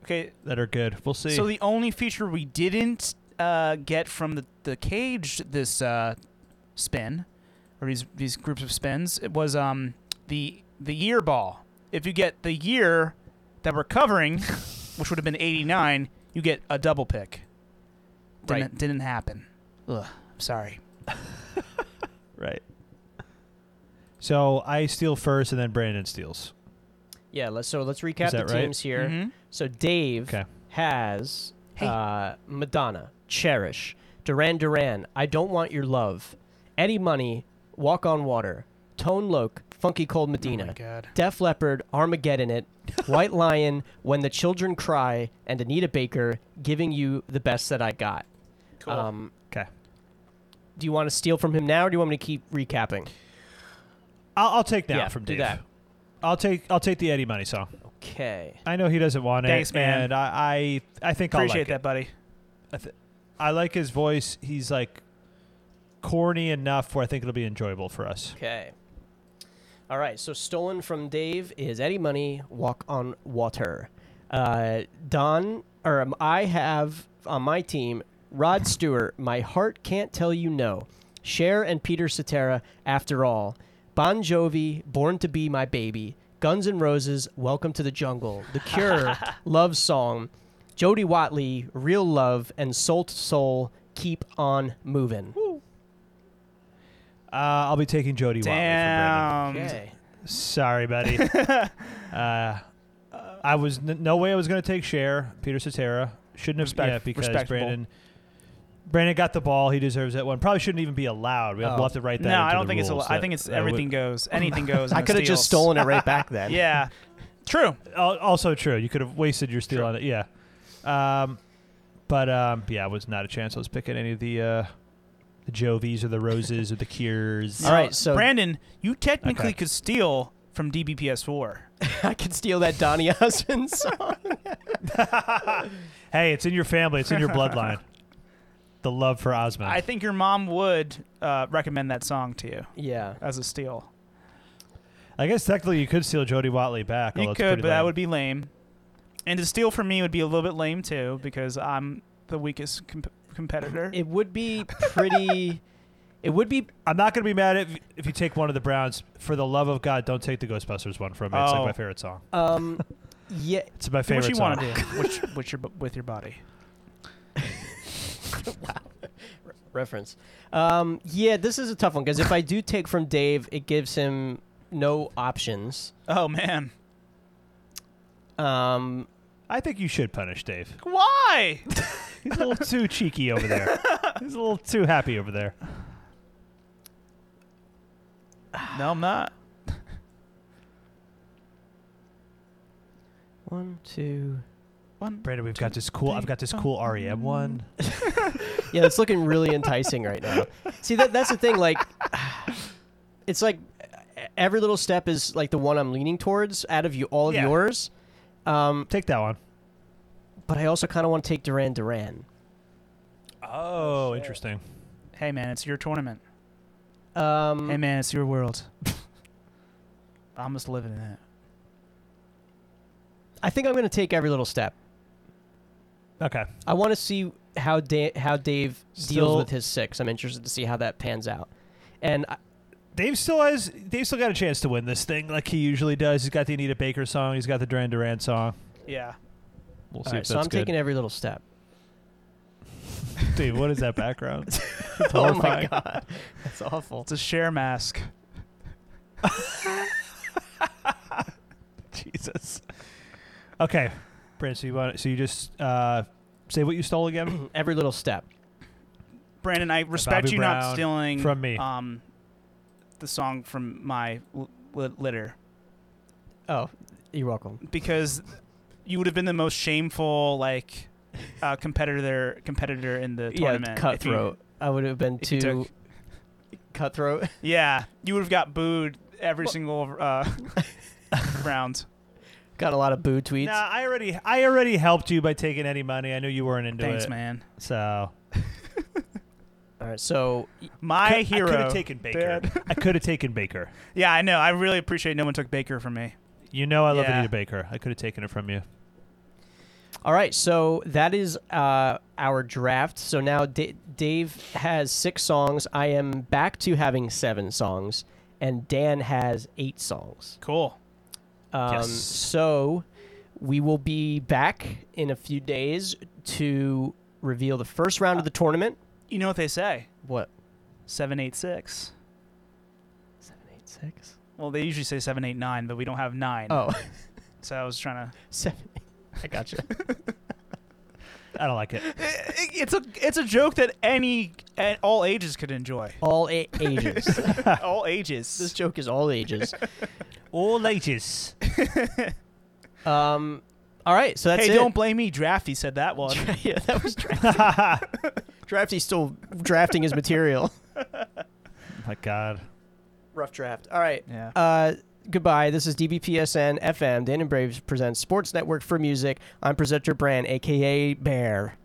Speaker 3: Okay.
Speaker 2: that are good. We'll see.
Speaker 3: So the only feature we didn't uh, get from the, the cage this uh, spin, or these these groups of spins, it was um the the year ball. If you get the year that we're covering, which would have been '89, you get a double pick. Didn't,
Speaker 1: Right.
Speaker 3: Didn't happen. Ugh. I'm sorry.
Speaker 2: right. So I steal first, and then Brandon steals.
Speaker 1: Yeah. Let's so let's recap
Speaker 2: Is
Speaker 1: the
Speaker 2: that right? Mm-hmm.
Speaker 1: teams here.
Speaker 3: Mhm.
Speaker 1: So Dave
Speaker 2: Okay.
Speaker 1: has
Speaker 3: Hey.
Speaker 1: uh, Madonna, Cherish, Duran Duran, I Don't Want Your Love, Eddie Money, Walk on Water, Tone Loc, Funky Cold Medina,
Speaker 3: Oh my god.
Speaker 1: Def Leppard, Armageddon It, White Lion, When the Children Cry, and Anita Baker, Giving You the Best That I Got.
Speaker 3: Cool.
Speaker 1: Um,
Speaker 2: Okay.
Speaker 1: do you want to steal from him now, or do you want me to keep recapping?
Speaker 2: I'll, I'll take that
Speaker 1: Yeah,
Speaker 2: from
Speaker 1: do
Speaker 2: Dave.
Speaker 1: that.
Speaker 2: I'll take. I'll take the Eddie Money song.
Speaker 1: Okay.
Speaker 2: I know he doesn't want
Speaker 3: Thanks,
Speaker 2: it,
Speaker 3: man.
Speaker 2: and I, I, I think
Speaker 3: Appreciate
Speaker 2: I'll like
Speaker 3: that, buddy.
Speaker 2: It. I, th- I like his voice. He's like corny enough where I think it'll be enjoyable for us.
Speaker 1: Okay. All right. So stolen from Dave is Eddie Money, Walk on Water. Uh, Don, or um, I have on my team Rod Stewart, My Heart Can't Tell You No, Cher and Peter Cetera, After All, Bon Jovi, Born to Be My Baby, Guns N' Roses, Welcome to the Jungle, The Cure, Love Song, Jody Watley, Real Love, and Soul to Soul, Keep on Moving.
Speaker 2: Uh, I'll be taking Jody Watley. For Brandon.
Speaker 3: Damn.
Speaker 1: Okay.
Speaker 2: Sorry, buddy. uh, I was n- no way I was going to take Cher, Peter Cetera. Shouldn't have
Speaker 3: Respect-
Speaker 2: yeah, because
Speaker 3: respectable.
Speaker 2: Brandon Brandon got the ball. He deserves that one. Probably shouldn't even be allowed. We have,
Speaker 1: Oh.
Speaker 2: we'll have to write that.
Speaker 3: No,
Speaker 2: into
Speaker 3: I don't
Speaker 2: the
Speaker 3: think it's.
Speaker 2: rules
Speaker 3: A, I
Speaker 2: that-
Speaker 3: think it's
Speaker 2: that would-
Speaker 3: everything goes. Anything goes.
Speaker 1: I
Speaker 3: and
Speaker 1: could have just
Speaker 3: steals.
Speaker 1: stolen it right back then.
Speaker 3: Yeah. True.
Speaker 2: Al- also true. You could have wasted your steal
Speaker 1: True.
Speaker 2: on it. Yeah. Um, but um, yeah, it was not a chance. I was picking any of the uh, the Jovies or the Roses or the Cures.
Speaker 1: All right, so-
Speaker 3: Brandon, you technically
Speaker 2: Okay.
Speaker 3: could steal from DBPS4.
Speaker 1: I could steal that Donny Osmond song.
Speaker 2: Hey, it's in your family. It's in your bloodline. the love for Osmond.
Speaker 3: I think your mom would uh, recommend that song to you
Speaker 1: yeah.
Speaker 3: as a steal.
Speaker 2: I guess technically you could steal Jody Watley back.
Speaker 3: You
Speaker 2: although it's
Speaker 3: could,
Speaker 2: Oh, pretty
Speaker 3: but that
Speaker 2: lame.
Speaker 3: would be lame. And to steal from me would be a little bit lame too because I'm the weakest comp- competitor.
Speaker 1: It would be pretty. it would be.
Speaker 2: I'm not gonna be mad if if you take one of the Browns. For the love of God, don't take the Ghostbusters one from me. It's like
Speaker 3: Oh.
Speaker 2: my favorite song.
Speaker 1: Um, yeah.
Speaker 2: It's my
Speaker 3: Do
Speaker 2: favorite
Speaker 3: what you
Speaker 2: song.
Speaker 3: want to do with, your- with your bo- with your body.
Speaker 1: reference. Um, yeah, this is a tough one because if I do take from Dave, it gives him no options.
Speaker 3: Oh man,
Speaker 1: Um,
Speaker 2: I think you should punish Dave.
Speaker 3: why?
Speaker 2: He's a little too cheeky over there. He's a little too happy over there.
Speaker 3: no, I'm not.
Speaker 1: one, two.
Speaker 3: One.
Speaker 2: Brandon, we've got this cool. I've got this cool REM one.
Speaker 1: Yeah, it's looking really enticing right now. See, that that's the thing. Like, it's like e- every little step is like the one I'm leaning towards out of you all of
Speaker 2: Yeah.
Speaker 1: yours. Um,
Speaker 2: Take that one.
Speaker 1: but I also kind of want to take Duran Duran.
Speaker 2: Oh, interesting.
Speaker 3: Hey man, it's your tournament.
Speaker 1: Um,
Speaker 2: Mm.
Speaker 3: Hey man, it's your world. I'm just living in it.
Speaker 1: I think I'm going to take every little step.
Speaker 2: Okay.
Speaker 1: I want to see how da- how Dave deals
Speaker 2: Still-
Speaker 1: with his six. I'm interested to see how that pans out. And I,
Speaker 2: Dave still has. Dave still got a chance to win this thing, like he usually does. He's got the Anita Baker song. He's got the Duran Duran song.
Speaker 3: Yeah.
Speaker 2: We'll
Speaker 1: all
Speaker 2: see
Speaker 1: right,
Speaker 2: if
Speaker 1: so
Speaker 2: that's
Speaker 1: I'm
Speaker 2: good.
Speaker 1: taking every little step.
Speaker 2: Dave, what is that background?
Speaker 1: oh my
Speaker 2: horrifying.
Speaker 1: god, that's awful.
Speaker 3: It's a share mask.
Speaker 2: Jesus. Okay, Brandon. So you want? So you just uh, say what you stole again
Speaker 1: Every little step.
Speaker 3: Brandon, I respect
Speaker 2: Bobby
Speaker 3: you
Speaker 2: Brown
Speaker 3: not stealing
Speaker 2: from
Speaker 1: uh,
Speaker 2: me.
Speaker 3: um the song from my l- l- litter
Speaker 1: Oh, you're welcome.
Speaker 3: because you would have been the most shameful like uh, competitor competitor in the
Speaker 1: Yeah,
Speaker 3: tournament. if you-
Speaker 1: cutthroat. I would have been
Speaker 3: if you
Speaker 1: too
Speaker 3: took-
Speaker 1: cutthroat.
Speaker 3: yeah, you would have got booed every single uh, round.
Speaker 1: Got a lot of boo tweets.
Speaker 2: Nah, I already. I already helped you by taking any money. I knew you weren't into
Speaker 3: Thanks,
Speaker 2: it.
Speaker 3: man.
Speaker 2: So
Speaker 1: All right, so
Speaker 3: My
Speaker 2: Could-
Speaker 3: hero.
Speaker 2: I could have taken Baker.
Speaker 3: Dad.
Speaker 2: I could have taken Baker.
Speaker 3: Yeah, I know. I really appreciate no one took Baker from me.
Speaker 2: You know I love
Speaker 3: Yeah.
Speaker 2: Anita Baker. I could have taken it from you.
Speaker 1: all right, so that is uh, our draft. So now D- Dave has six songs. I am back to having seven songs, and Dan has eight songs.
Speaker 3: Cool.
Speaker 1: Um,
Speaker 2: Yes.
Speaker 1: So we will be back in a few days to reveal the first round of the tournament.
Speaker 3: You know what they say?
Speaker 1: What?
Speaker 3: Seven eight six.
Speaker 1: Seven, eight, six.
Speaker 3: Well, they usually say seven eight nine, but we don't have nine.
Speaker 1: Oh,
Speaker 3: So I was trying to.
Speaker 1: seven. Eight. I gotcha.
Speaker 2: I don't like it.
Speaker 3: It's a it's a joke that any at all ages could enjoy.
Speaker 1: All a- ages.
Speaker 3: all
Speaker 1: this
Speaker 3: ages.
Speaker 1: joke is all ages.
Speaker 2: All ages.
Speaker 1: Um, all right, so that's
Speaker 3: hey,
Speaker 1: it.
Speaker 3: don't blame me. Drafty said that one.
Speaker 1: yeah, that was drafty. Drafty's still drafting his material.
Speaker 2: my God.
Speaker 1: Rough draft. All right.
Speaker 3: yeah.
Speaker 1: Uh, goodbye. This is DBPSN FM. Dan and Braves presents Sports Network for Music. I'm presenter Brand, aka Bear.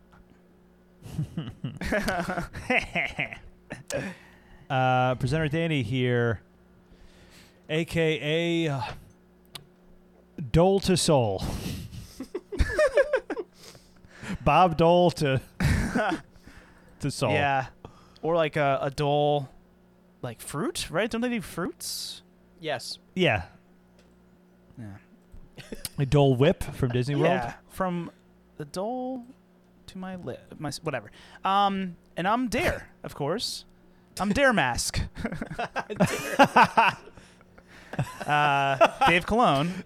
Speaker 2: uh, presenter Danny here, aka uh, Dole to Soul. Bob Dole to to Soul.
Speaker 3: Yeah. Or like a, a dull, like fruit, right? Don't they do fruits?
Speaker 1: Yes.
Speaker 2: Yeah.
Speaker 3: Yeah.
Speaker 2: A Dole Whip from Disney World.
Speaker 3: Yeah. From the dole to my lip, my s- whatever. Um, and I'm Dare, of course. I'm Dare Mask. uh, Dave Cologne.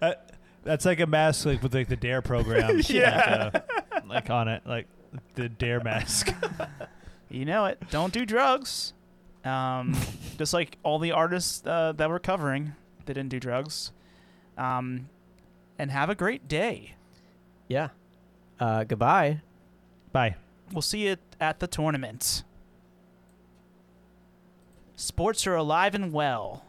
Speaker 2: That's like a mask, like with like the Dare program. yeah. Like, uh, like on it, like the Dare mask.
Speaker 3: You know it. Don't do drugs. Um, just like all the artists uh, that we're covering, they didn't do drugs. Um, and have a great day.
Speaker 1: Yeah. Uh, goodbye.
Speaker 2: Bye.
Speaker 3: We'll see you at the tournament. Sports are alive and well.